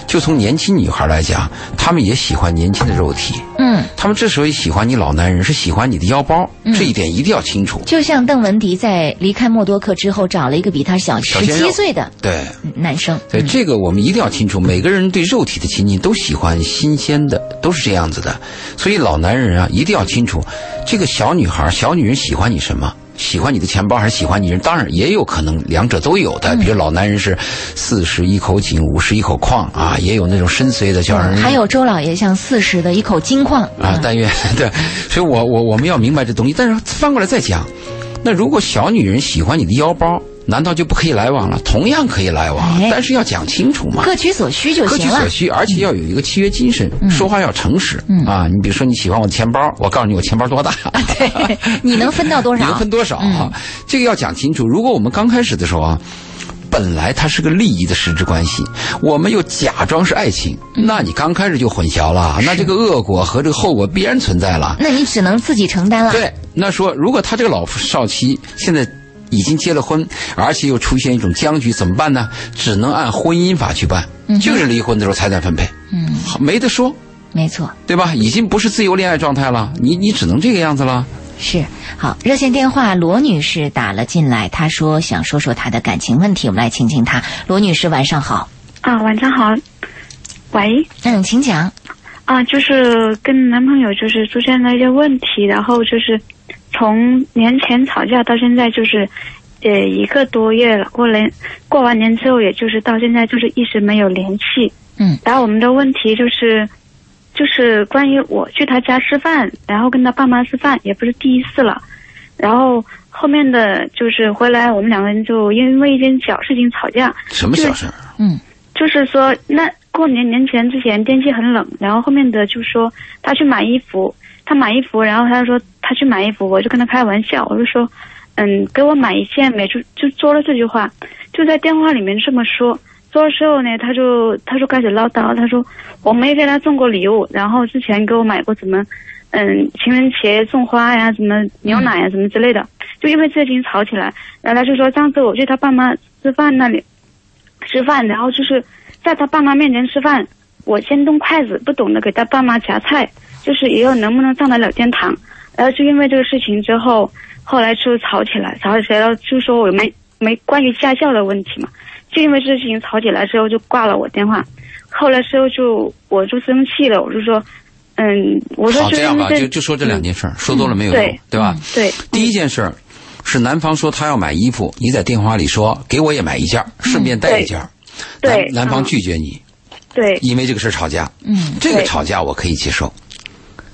S3: 就从年轻女孩来讲，她们也喜欢年轻的肉体。
S2: 嗯，
S3: 他们之所以喜欢你老男人，是喜欢你的腰包，这一点一定要清楚。
S2: 就像邓文迪在离开默多克之后，找了一个比他小
S3: 小
S2: 十
S3: 鲜
S2: 七
S3: 肉
S2: 岁的
S3: 对，
S2: 男生。嗯
S3: 对，这个我们一定要清楚，每个人对肉体的亲近都喜欢新鲜的，都是这样子的。所以老男人啊，一定要清楚，这个小女孩、小女人喜欢你什么。喜欢你的钱包还是喜欢你人？当然也有可能两者都有
S2: 嗯
S3: 的。比如老男人是四十一口井，五十一口矿啊，也有那种深邃的叫
S2: 嗯
S3: 人。
S2: 还有周老爷像四十的一口金矿嗯
S3: 啊，但愿 <laughs> 对，所以我我我们要明白这东西。但是翻过来再讲，那如果小女人喜欢你的腰包，难道就不可以来往了？同样可以来往
S2: 哎，
S3: 但是要讲清楚嘛。
S2: 各取所需就
S3: 各
S2: 行
S3: 取
S2: 了嗯
S3: 所。需，而且要有一个契约精神，说话要诚实、啊！你比如说你喜欢我的钱包，我告诉你我钱包多大，
S2: 啊你能分到多
S3: <laughs> 你能
S2: 少
S3: 分？多少
S2: 嗯
S3: 啊？这个要讲清楚。如果我们刚开始的时候啊，本来它是个利益的实质关系，我们又假装是爱情，
S2: 嗯
S3: 那你刚开始就混淆了，那这个恶果和这个后果必然存在了。
S2: 那你只能自己承担了。
S3: 对，那说如果他这个老夫少妻现在已经结了婚，而且又出现一种僵局，怎么办呢？只能按婚姻法去办，
S5: 嗯
S3: 就是离婚的时候财产分配，嗯，没得说，
S2: 没错，
S3: 对吧？已经不是自由恋爱状态了，你你只能这个样子了。
S2: 是好。热线电话，罗女士打了进来，她说想说说她的感情问题，我们来听听她。罗女士，晚上好。
S5: 啊，晚上好，喂，
S2: 嗯，请讲。
S5: 啊，就是跟男朋友就是出现了一些问题，然后就是从年前吵架到现在就是，呃，一个多月了，过年过完年之后，也就是到现在就是一直没有联系。
S2: 嗯，
S5: 然后我们的问题就是，就是关于我去他家吃饭，然后跟他爸妈吃饭，也不是第一次了。然后后面的就是回来，我们两个人就因为一件小事情吵架，
S3: 什么小事儿？
S2: 嗯
S5: 就是说，那过年年前之前天气很冷，然后后面的就说他去买衣服，他买衣服，然后他说他去买衣服，我就跟他开玩笑，我就说，嗯，给我买一件呗，就就说了这句话，就在电话里面这么说。说了之后呢，他就他就开始唠叨，他说我没给他送过礼物，然后之前给我买过什么，嗯，情人节送花呀，什么牛奶呀，什么之类的，就因为这些事情吵起来。然后他就说上次我去他爸妈吃饭那里，吃饭，然后就是在他爸妈面前吃饭，我先动筷子，不懂得给他爸妈夹菜，就是以后能不能上得了殿堂？然后就因为这个事情之后，后来就吵起来，吵起来然后就说我没没关于驾校的问题嘛，就因为这事情吵起来之后就挂了我电话，后来之后就我就生气了，我就说，嗯，我说
S3: 好，
S5: 就
S3: 这样
S5: 因为
S3: 吧，就就说这两件事儿，说多了没有用，
S5: 对嗯
S3: 对吧？
S5: 对
S3: 第一件事儿是男方说他要买衣服，你在电话里说给我也买一件儿，顺便带一件儿。
S5: 对
S3: 男
S5: 对
S3: 男方
S5: 嗯
S3: 拒绝你，
S5: 对
S3: 因为这个事儿吵架。
S2: 嗯
S3: 这个
S5: 对
S3: 吵架我可以接受，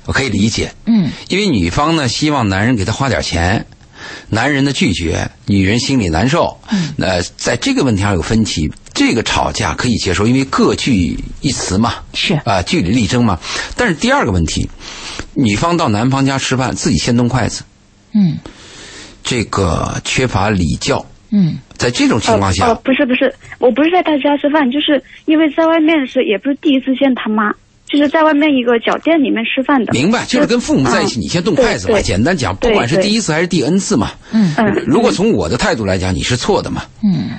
S3: 我可以理解，
S2: 嗯
S3: 因为女方呢希望男人给她花点钱，男人的拒绝，女人心里难受。那、在这个问题上有分歧，这个吵架可以接受，因为各据一词嘛，
S2: 是
S3: 啊、据理力争嘛。但是第二个问题，女方到男方家吃饭，自己先动筷子，
S2: 嗯
S3: 这个缺乏礼教。
S2: 嗯
S3: 在这种情况下，
S5: 哦哦，不是不是，我不是在他家吃饭，就是因为在外面是也不是第一次见他妈，就是在外面一个酒店里面吃饭的。
S3: 明白，就是跟父母在一起，
S5: 嗯
S3: 你先动筷子嘛。
S5: 对对
S3: 简单讲，不
S5: 对
S3: 管是
S5: 对
S3: 第一次还是第 n 次嘛。
S2: 嗯
S5: 嗯，
S3: 如果从我的态度来讲，你是错的嘛。
S2: 嗯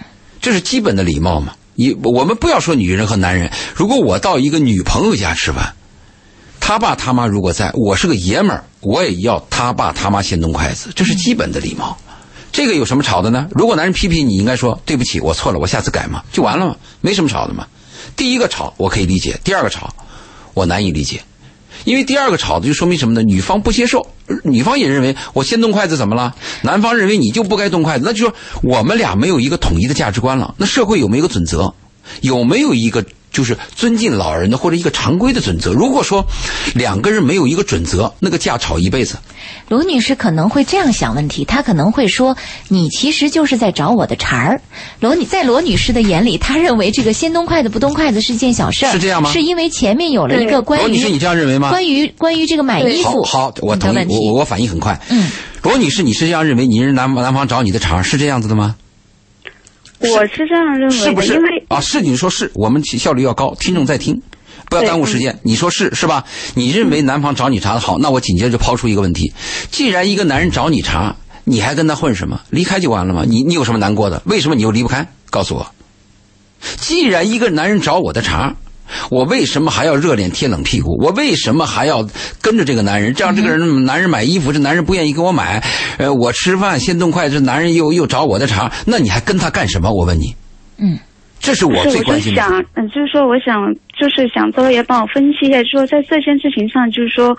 S3: 这是基本的礼貌嘛。你我们不要说女人和男人，如果我到一个女朋友家吃饭，他爸他妈如果在，我是个爷们儿，我也要他爸他妈先动筷子，这是基本的礼貌。这个有什么吵的呢？如果男人批评你，应该说对不起，我错了，我下次改嘛，就完了嘛，没什么吵的嘛。第一个吵我可以理解，第二个吵我难以理解，因为第二个吵的就说明什么呢？女方不接受，呃女方也认为我先动筷子怎么了？男方认为你就不该动筷子，那就说我们俩没有一个统一的价值观了。那社会有没有一个准则？有没有一个就是尊敬老人的或者一个常规的准则。如果说两个人没有一个准则，那个架吵一辈子。
S2: 罗女士可能会这样想问题，她可能会说：“你其实就是在找我的茬儿。”罗女在罗女士的眼里，她认为这个先东筷子不动筷子是件小事儿，
S3: 是这样吗
S2: 是因为前面有了一个关于
S3: 罗女士，你这样认为吗？
S2: 关于关于这个买衣服
S3: 好，好，我
S2: 的
S3: 同意
S2: 问，题
S3: 我我我反应很快。
S2: 嗯，
S3: 罗女士，你是这样认为，你是男男方找你的茬儿是这样子的吗？
S5: 啊我是这样认为的，
S3: 是不是
S5: 因为
S3: 啊？是你说是我们效率要高，听众在听，不要
S5: 对嗯
S3: 耽误时间。你说是是吧？你认为男方找你茬的好，那我紧接着就抛出一个问题：既然一个男人找你茬，你还跟他混什么？离开就完了吗？你你有什么难过的？为什么你又离不开？告诉我。既然一个男人找我的茬，我为什么还要热脸贴冷屁股？我为什么还要跟着这个男人？这样这个人，
S5: 嗯
S3: 男人买衣服，这男人不愿意给我买，呃，我吃饭先动筷子，这男人又又找我的茬，那你还跟他干什么？我问你，
S2: 嗯，
S3: 这是我
S5: 不是
S3: 最
S5: 我
S3: 关
S5: 就
S3: 心的。
S5: 想，嗯，就是说我想就是想周也帮我分析一下，就是说在这件事情上，就是说，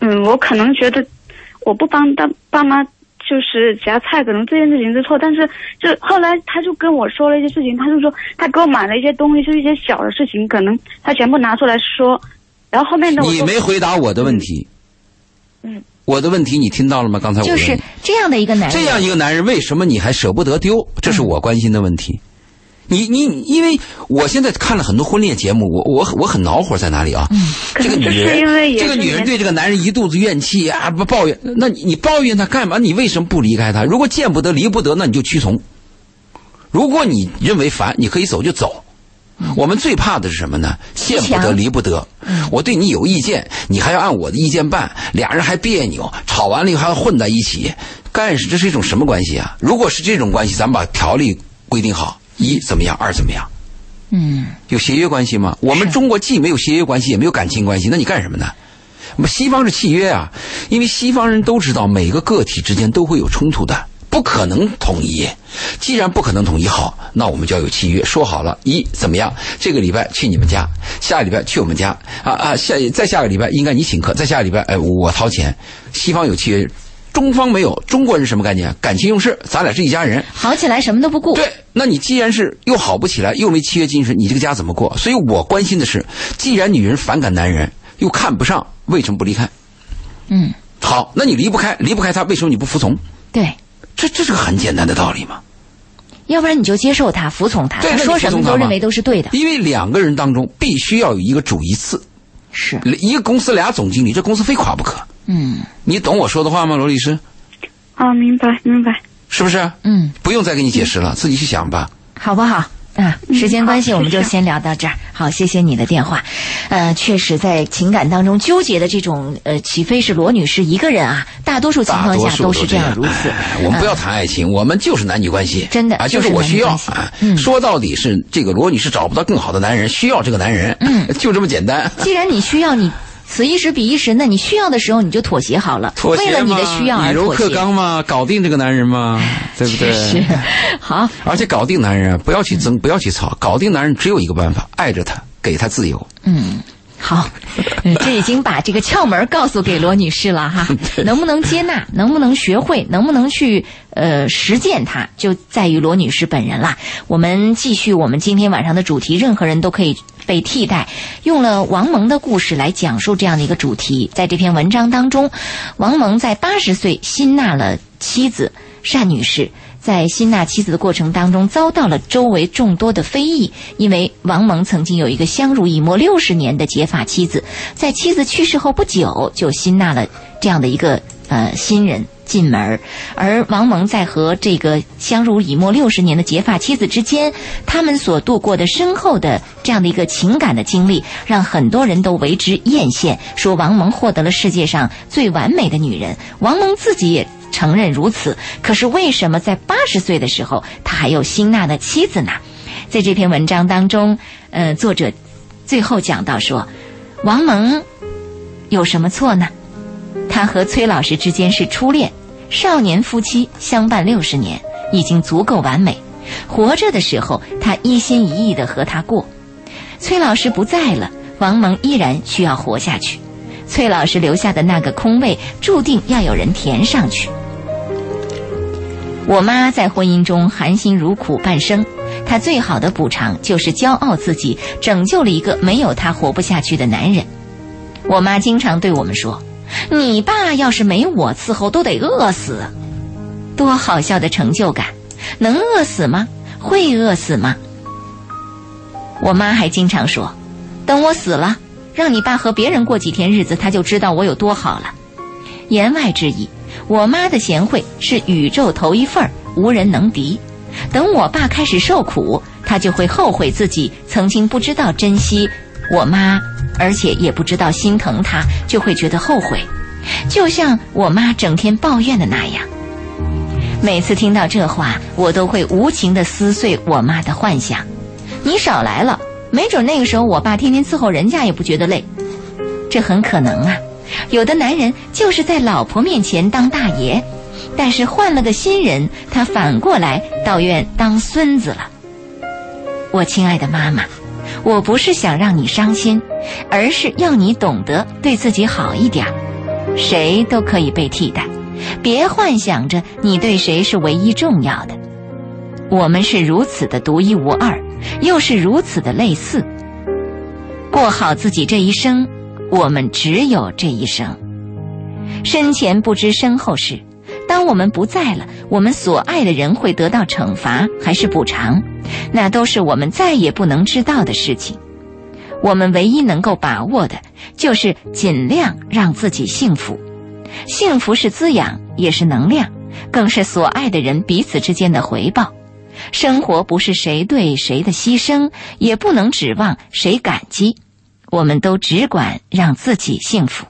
S5: 嗯，我可能觉得我不帮他爸妈。就是夹菜，可能这件事情是错，但是就后来他就跟我说了一些事情，他就说他给我买了一些东西，就是一些小的事情，可能他全部拿出来说，然后后面的我
S3: 你
S5: 就
S3: 没回答我的问题。
S5: 嗯，
S3: 我的问题你听到了吗？刚才我
S2: 就
S3: 问
S2: 是
S3: 你
S2: 这样的一个男人，
S3: 这样一个男人，为什么你还舍不得丢？这是我关心的问题。你你，你因为我现在看了很多婚恋节目，我我我很恼火在哪里啊？
S5: 嗯
S3: 这个女
S5: 可能 <laughs> 就是因
S3: 人，
S5: 为也
S3: 这个
S5: 是
S3: 女人
S5: 年
S3: 对这个男人一肚子怨气啊，不抱怨。那你你抱怨他干嘛？你为什么不离开他？如果见不得离不得，那你就屈从。如果你认为烦，你可以走就走。
S5: 嗯
S3: 我们最怕的是什么呢？见不得
S2: 强
S3: 离不得。我对你有意见，你还要按我的意见办，俩人还别扭，吵完了以后还要混在一起，干是这是一种什么关系啊？如果是这种关系，咱们把条例规定好，一怎么样，二怎么样？
S2: 嗯。
S3: 有协约关系吗？我们中国既没有协约关系，也没有感情关系，那你干什么呢？我们西方是契约啊，因为西方人都知道每个个体之间都会有冲突的，不可能统一。既然不可能统一好，那我们就要有契约，说好了，一怎么样？这个礼拜去你们家，下个礼拜去我们家，啊啊，下再下个礼拜应该你请客，再下个礼拜哎我掏钱。西方有契约，中方没有。中国人什么概念？感情用事，咱俩是一家人。
S2: 好起来什么都不顾。
S3: 对，那你既然是又好不起来，又没契约精神，你这个家怎么过？所以我关心的是，既然女人反感男人，又看不上，为什么不离开？
S2: 嗯，
S3: 好，那你离不开，离不开他，为什么你不服从？
S2: 对，
S3: 这这是个很简单的道理嘛。
S2: 要不然你就接受他，服从他，
S3: 对
S2: 他
S3: 那你
S2: 说什
S3: 服
S2: 么你
S3: 从他
S2: 都
S3: 吗
S2: 认为都是对的。
S3: 因为两个人当中必须要有一个主一次，
S2: 是，
S3: 一个公司俩总经理，这公司非垮不可。
S2: 嗯
S3: 你懂我说的话吗，罗律师？
S5: 啊，明白明白，
S3: 是不是？
S2: 嗯，
S3: 不用再给你解释了，自己去想吧。
S2: 好不好？啊，时间关系，
S5: 好
S2: 我们就
S5: 谢谢
S2: 先聊到这儿。好，谢谢你的电话。呃，确实，在情感当中纠结的这种，呃，岂非是罗女士一个人啊？大多数情
S3: 大
S2: 况
S3: 多
S2: 下
S3: 数
S2: 是
S3: 这
S2: 样，如此嗯
S3: 哎。我们不要谈爱情，我们就是男女关系，
S2: 真的
S3: 啊，
S2: 就是
S3: 是我需要
S2: 男女关系
S3: 啊
S2: 嗯。
S3: 说到底是这个罗女士找不到更好的男人，需要这个男人，嗯， <laughs> 就这么
S2: <laughs>
S3: 简单。
S2: 既然你需要，你此一时彼一时，那你需要的时候你就妥协好了，
S3: 妥
S2: 为
S3: 协
S2: 了你的
S3: 嘛
S2: 需要
S3: 以
S2: 而
S3: 柔
S2: 妥
S3: 克
S2: 协。
S3: 刚嘛，搞定这个男人嘛，对不对？
S2: 是，好，
S3: 而且搞定男人，啊不要去争，不要去吵，搞定男人只有一个办法，爱着他，给他自由。
S2: 嗯，好， <laughs> 嗯，这已经把这个窍门告诉给罗女士了哈。能不能接纳，能不能学会，能不能去呃实践它，就在于罗女士本人啦。我们继续我们今天晚上的主题，任何人都可以被替代，用了王蒙的故事来讲述这样的一个主题。在这篇文章当中，王蒙在八十岁新纳了妻子单女士。在新纳妻子的过程当中，遭到了周围众多的非议，因为王蒙曾经有一个相濡以沫六十年的结发妻子，在妻子去世后不久就新纳了这样的一个呃新人。进门儿，而王蒙在和这个相濡以沫六十年的结发妻子之间，他们所度过的深厚的这样的一个情感的经历，让很多人都为之艳羡，说王蒙获得了世界上最完美的女人。王蒙自己也承认如此，可是为什么在八十岁的时候，他还有辛纳的妻子呢？在这篇文章当中，呃，作者最后讲到说，王蒙有什么错呢？他和崔老师之间是初恋，少年夫妻相伴六十年，已经足够完美。活着的时候，他一心一意的和他过。崔老师不在了，王蒙依然需要活下去。崔老师留下的那个空位，注定要有人填上去。我妈在婚姻中含辛茹苦半生，他最好的补偿就是骄傲自己拯救了一个没有他活不下去的男人。我妈经常对我们说：“你爸要是没我伺候，都得饿死。”多好笑的成就感！能饿死吗？会饿死吗？我妈还经常说：“等我死了，让你爸和别人过几天日子，他就知道我有多好了。”言外之意，我妈的贤惠是宇宙头一份儿，无人能敌。等我爸开始受苦，他就会后悔自己曾经不知道珍惜我妈，而且也不知道心疼她，就会觉得后悔。就像我妈整天抱怨的那样。每次听到这话，我都会无情地撕碎我妈的幻想。你少来了，没准那个时候我爸天天伺候人家也不觉得累，这很可能啊。有的男人就是在老婆面前当大爷，但是换了个新人，他反过来倒愿当孙子了。我亲爱的妈妈，我不是想让你伤心，而是要你懂得对自己好一点儿。谁都可以被替代，别幻想着你对谁是唯一重要的。我们是如此的独一无二，又是如此的类似。过好自己这一生，我们只有这一生。身前不知身后事，当我们不在了，我们所爱的人会得到惩罚还是补偿，那都是我们再也不能知道的事情。我们唯一能够把握的，就是尽量让自己幸福。幸福是滋养，也是能量，更是所爱的人彼此之间的回报。生活不是谁对谁的牺牲，也不能指望谁感激，我们都只管让自己幸福。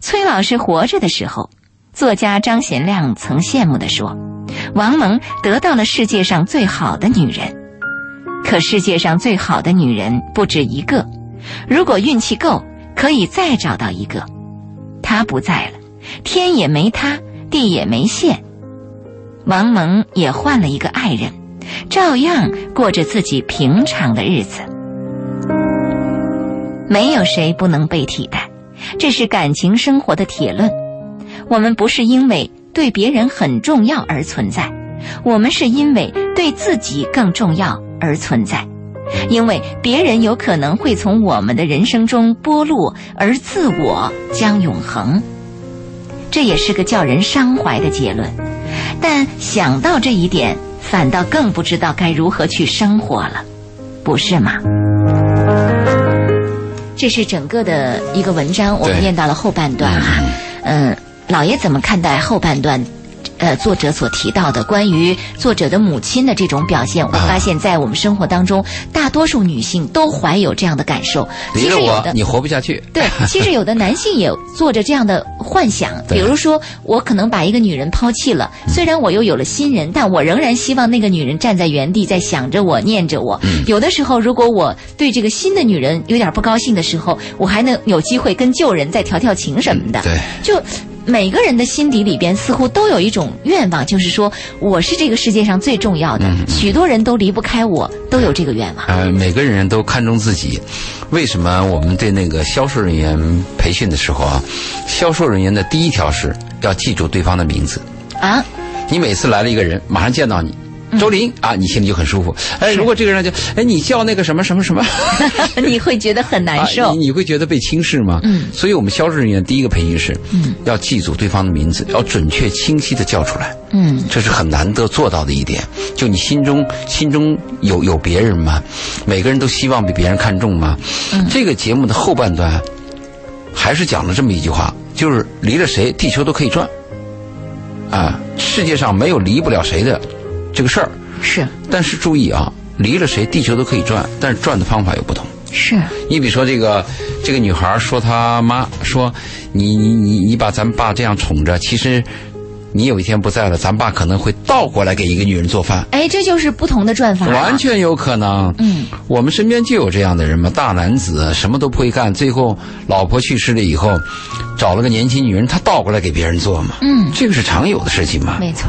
S2: 崔老师活着的时候，作家张贤亮曾羡慕地说：“王蒙得到了世界上最好的女人。”可世界上最好的女人不止一个，如果运气够，可以再找到一个。她不在了，天也没塌，地也没陷。王蒙也换了一个爱人，照样过着自己平常的日子。没有谁不能被替代，这是感情生活的铁论。我们不是因为对别人很重要而存在，我们是因为对自己更重要而存在。因为别人有可能会从我们的人生中剥落，而自我将永恒。这也是个叫人伤怀的结论。但想到这一点，反倒更不知道该如何去生活了，不是吗？这是整个的一个文章，我们
S3: 对
S2: 念到了后半段哈、嗯，老爷怎么看待后半段？呃，作者所提到的关于作者的母亲的这种表现，我发现在我们生活当中，大多数女性都怀有这样的感受。其
S3: 离
S2: 实
S3: 了
S2: 有
S3: 我
S2: 的
S3: 你活不下去。
S2: 对，其实有的男性也做着这样的幻想，比
S3: 对嗯
S2: 如说我可能把一个女人抛弃了，虽然我又有了新人，但我仍然希望那个女人站在原地，在想着我，念着我。
S3: 嗯
S2: 有的时候，如果我对这个新的女人有点不高兴的时候，我还能有机会跟旧人再调调情什嗯么的。
S3: 嗯对，
S2: 就每个人的心底里边似乎都有一种愿望，就是说我是这个世界上最重要的，许多人都离不开我，都有这个愿望。
S3: 呃，每个人都看重自己。为什么我们对那个销售人员培训的时候啊，销售人员的第一条是要记住对方的名字。
S2: 啊，
S3: 你每次来了一个人，马上见到你。周林啊，你心里就很舒服。哎，如果这个人就哎，你叫那个什么什么什么，
S2: <laughs>
S3: <laughs>
S2: 你会觉得很难受。
S3: 啊你，你会觉得被轻视吗？
S2: 嗯，
S3: 所以我们销售人员第一个培训是，嗯，要记住对方的名字，要准确清晰的叫出来。
S2: 嗯，
S3: 这是很难得做到的一点。就你心中心中有有别人吗？每个人都希望被别人看重吗？嗯、这个节目的后半段还是讲了这么一句话，就是离了谁，地球都可以转。啊，世界上没有离不了谁的这个事儿，
S2: 是
S3: 但是注意啊，离了谁，地球都可以转，但是转的方法有不同。
S2: 是。
S3: 你比如说这个这个女孩儿说她妈说你你你你把咱爸这样宠着，其实你有一天不在了，咱爸可能会倒过来给一个女人做饭，
S2: 哎，这就是不同的转法、
S3: 完。全有可能。
S2: 嗯，
S3: 我们身边就有这样的人嘛，大男子什么都不会干，最后老婆去世了以后，找了个年轻女人，他倒过来给别人做嘛。
S2: 嗯，
S3: 这个是常有的事情嘛。
S2: 没错。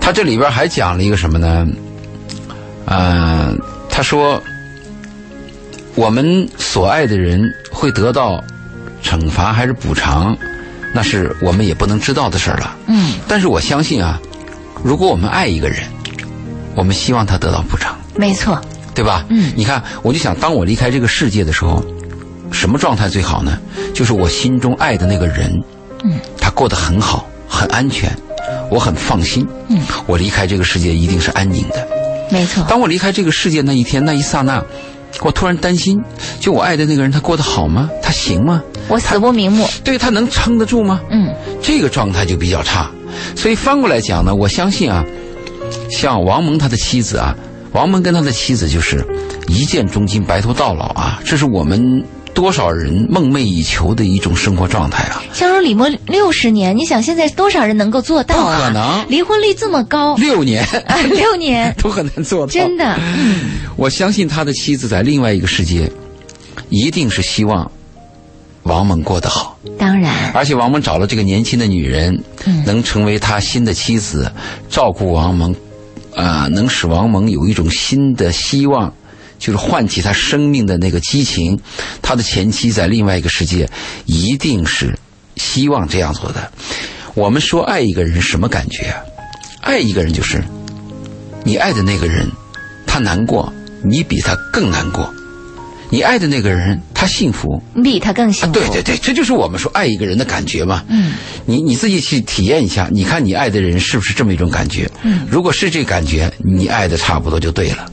S3: 他这里边还讲了一个什么呢？呃，他说，我们所爱的人会得到惩罚还是补偿，那是我们也不能知道的事儿了。
S2: 嗯
S3: 但是我相信啊，如果我们爱一个人，我们希望他得到补偿，
S2: 没错，
S3: 对吧？嗯，你看，我就想，当我离开这个世界的时候，什么状态最好呢？就是我心中爱的那个人，
S2: 嗯，
S3: 他过得很好，很安全，我很放心，
S2: 嗯，
S3: 我离开这个世界一定是安宁的。
S2: 没错，
S3: 当我离开这个世界那一天，那一刹那，我突然担心，就我爱的那个人，他过得好吗？他行吗？
S2: 我死不瞑目。
S3: 对他能撑得住吗？
S2: 嗯，
S3: 这个状态就比较差。所以翻过来讲呢，我相信啊，像王蒙他的妻子啊，王蒙跟他的妻子就是一见钟情、白头到老啊，这是我们多少人梦寐以求的一种生活状态啊。
S2: 相濡以沫六十年，你想现在多少人能够做到啊？
S3: 不可能
S2: 离婚率这么高
S3: 六哦年 <laughs>
S2: 啊，六年，
S3: 都很难做到，
S2: 真的，
S3: 我相信他的妻子在另外一个世界，一定是希望王蒙过得好，
S2: 当然，
S3: <clears throat> 而且王蒙找了这个年轻的女人，能成为他新的妻子，照顾王蒙，啊、能使王蒙有一种新的希望。就是唤起他生命的那个激情，他的前妻在另外一个世界，一定是希望这样做的。我们说爱一个人什么感觉啊？爱一个人就是你爱的那个人，他难过，你比他更难过；你爱的那个人，他幸福，
S2: 你比他更幸福。
S3: 对对对，这就是我们说爱一个人的感觉嘛。
S2: 嗯，
S3: 你你自己去体验一下，你看你爱的人是不是这么一种感觉？嗯，如果是这感觉，你爱的差不多就对了。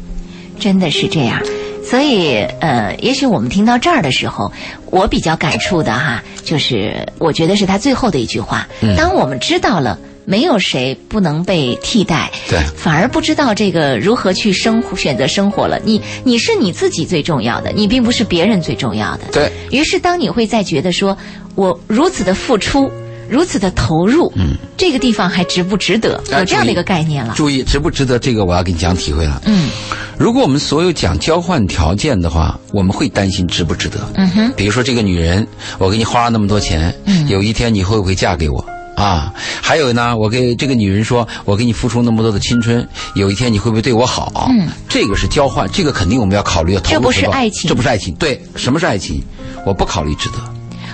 S2: 真的是这样。所以，呃，也许我们听到这儿的时候，我比较感触的哈，就是我觉得是他最后的一句话。
S3: 嗯
S2: 当我们知道了没有谁不能被替代，
S3: 对
S2: 反而不知道这个如何去生活、选择生活了。你你是你自己最重要的，你并不是别人最重要的。
S3: 对，
S2: 于是，当你会再觉得说，我如此的付出，如此的投入，嗯，这个地方还值不值得？
S3: 哎
S2: 有这样的一个
S3: 注意
S2: 概念了。
S3: 注意值不值得这个，我要给你讲体会了。
S2: 嗯
S3: 如果我们所有讲交换条件的话，我们会担心值不值得。
S2: 嗯哼，嗯
S3: 比如说这个女人，我给你花了那么多钱，有一天你会不会嫁给我？啊，还有呢，我给这个女人说，我给你付出那么多的青春，有一天你会不会对我好？
S2: 嗯，
S3: 这个是交换，这个肯定我们要考虑要投入
S2: 这不是
S3: 回报
S2: 爱情
S3: 这不是爱情。对，什么是爱情？我不考虑值得，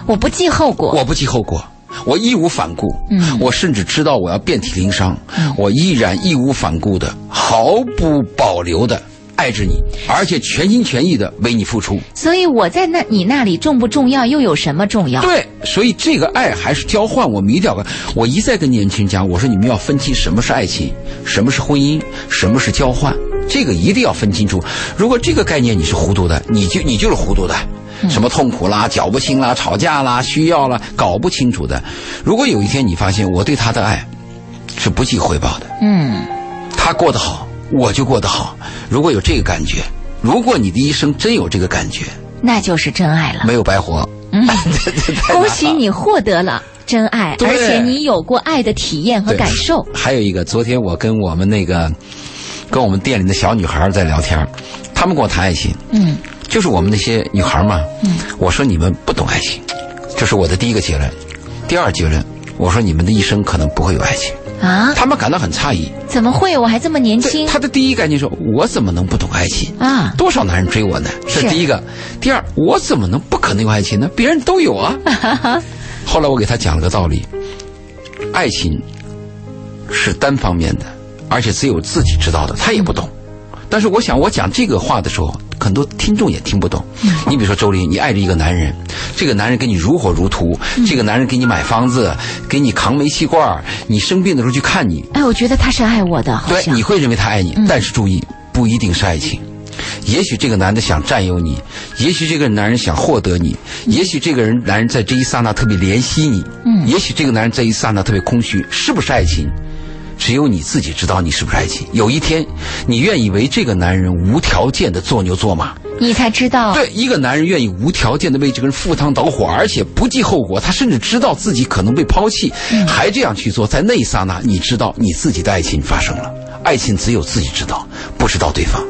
S2: 我不计后果。
S3: 我不计后果，我义无反顾。
S2: 嗯
S3: 我甚至知道我要遍体鳞伤，我依然义无反顾的、毫不保留的爱着你，而且全心全意的为你付出。
S2: 所以我在那你那里重不重要，又有什么重要？
S3: 对，所以这个爱还是交换，我们一定要跟。我一再跟年轻人讲，我说你们要分清什么是爱情，什么是婚姻，什么是交换，这个一定要分清楚。如果这个概念你是糊涂的，你就你就是糊涂的。什么痛苦啦、搅不清啦、吵架啦、需要啦，搞不清楚的。如果有一天你发现我对他的爱是不计回报的，
S2: 嗯，
S3: 他过得好，我就过得好。如果有这个感觉，如果你的一生真有这个感觉，
S2: 那就是真爱了。
S3: 没有白活。 <laughs>
S2: 嗯，
S3: 太难
S2: 恭
S3: 了
S2: 喜你获得了真爱，
S3: 对
S2: 而且你有过爱的体验和
S3: 对
S2: 感受。
S3: 还有一个，昨天我跟我们那个，跟我们店里的小女孩儿在聊天儿，她们跟我谈爱情，
S2: 嗯
S3: 就是我们那些女孩儿嘛。嗯，我说你们不懂爱情，这是我的第一个结论。第二结论，我说你们的一生可能不会有爱情。
S2: 啊，
S3: 她们感到很诧异，
S2: 怎么会？我还这么年
S3: 对
S2: 轻
S3: 她的第一概念说，我怎么能不懂爱情？
S2: 啊！
S3: 多少男人追我呢？这
S2: 是
S3: 第一个。第二，我怎么能不可能有爱情呢？别人都有
S2: <laughs>
S3: 啊。后来我给他讲了个道理：爱情是单方面的，而且只有自己知道的，他也不懂。但是我想，我讲这个话的时候，很多听众也听不懂。
S2: 嗯
S3: 你比如说周林，你爱着一个男人，这个男人跟你如火如荼，
S2: 嗯
S3: 这个男人给你买房子，给你扛煤气罐儿，你生病的时候去看你，
S2: 哎，我觉得他是爱我的，好
S3: 对，
S2: 像嗯
S3: 你会认为他爱你，但是注意，不一定是爱情。也许这个男的想占有你，也许这个男人想获得你，
S2: 嗯
S3: 也许这个人男人在这一刹那特别怜惜你，嗯，也许这个男人在一刹那特别空虚，是不是爱情？只有你自己知道你是不是爱情。有一天，你愿意为这个男人无条件的做牛做马，
S2: 你才知道
S3: 对一个男人愿意无条件的为这个人赴汤蹈火，而且不计后果，他甚至知道自己可能被抛弃，还这样去做，在那一刹那，你知道你自己的爱情发生了。爱情只有自己知道，不知道对方。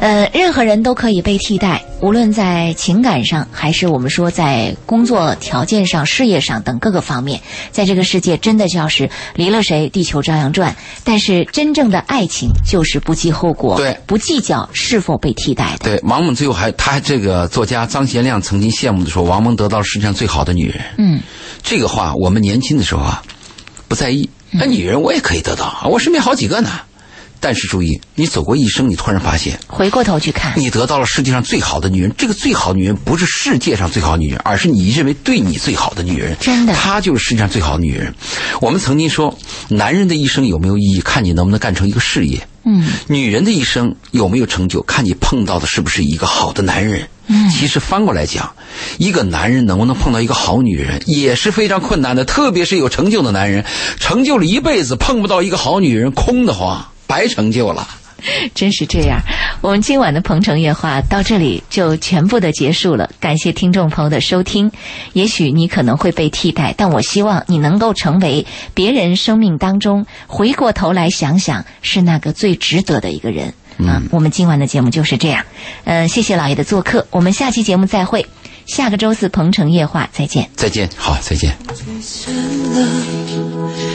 S2: 呃，任何人都可以被替代，无论在情感上，还是我们说在工作条件上、事业上等各个方面，在这个世界真的就是离了谁，地球照样转。但是真正的爱情就是不计后果，
S3: 对
S2: 不计较是否被替代的。
S3: 对，王蒙最后还，他这个作家张贤亮曾经羡慕的说，王蒙得到了世界上最好的女人。
S2: 嗯，
S3: 这个话我们年轻的时候啊，不在意。那女人我也可以得到，我身边好几个呢。但是注意，你走过一生，你突然发现，
S2: 回过头去看，
S3: 你得到了世界上最好的女人。这个最好的女人不是世界上最好的女人，而是你认为对你最好的女人。
S2: 真的
S3: 她就是世界上最好的女人。我们曾经说，男人的一生有没有意义，看你能不能干成一个事业。
S2: 嗯，
S3: 女人的一生有没有成就，看你碰到的是不是一个好的男人。
S2: 嗯
S3: 其实翻过来讲，一个男人能不能碰到一个好女人也是非常困难的，特别是有成就的男人，成就了一辈子碰不到一个好女人，空的慌，白成就了。
S2: <laughs> 真是这样。我们今晚的《鹏城夜话》到这里就全部的结束了，感谢听众朋友的收听。也许你可能会被替代，但我希望你能够成为别人生命当中回过头来想想是那个最值得的一个人。啊，我们今晚的节目就是这样。呃，谢谢老爷的做客，我们下期节目再会。下个周四《鹏城夜话》再见。
S3: 再见，好，再见。
S1: 最深了。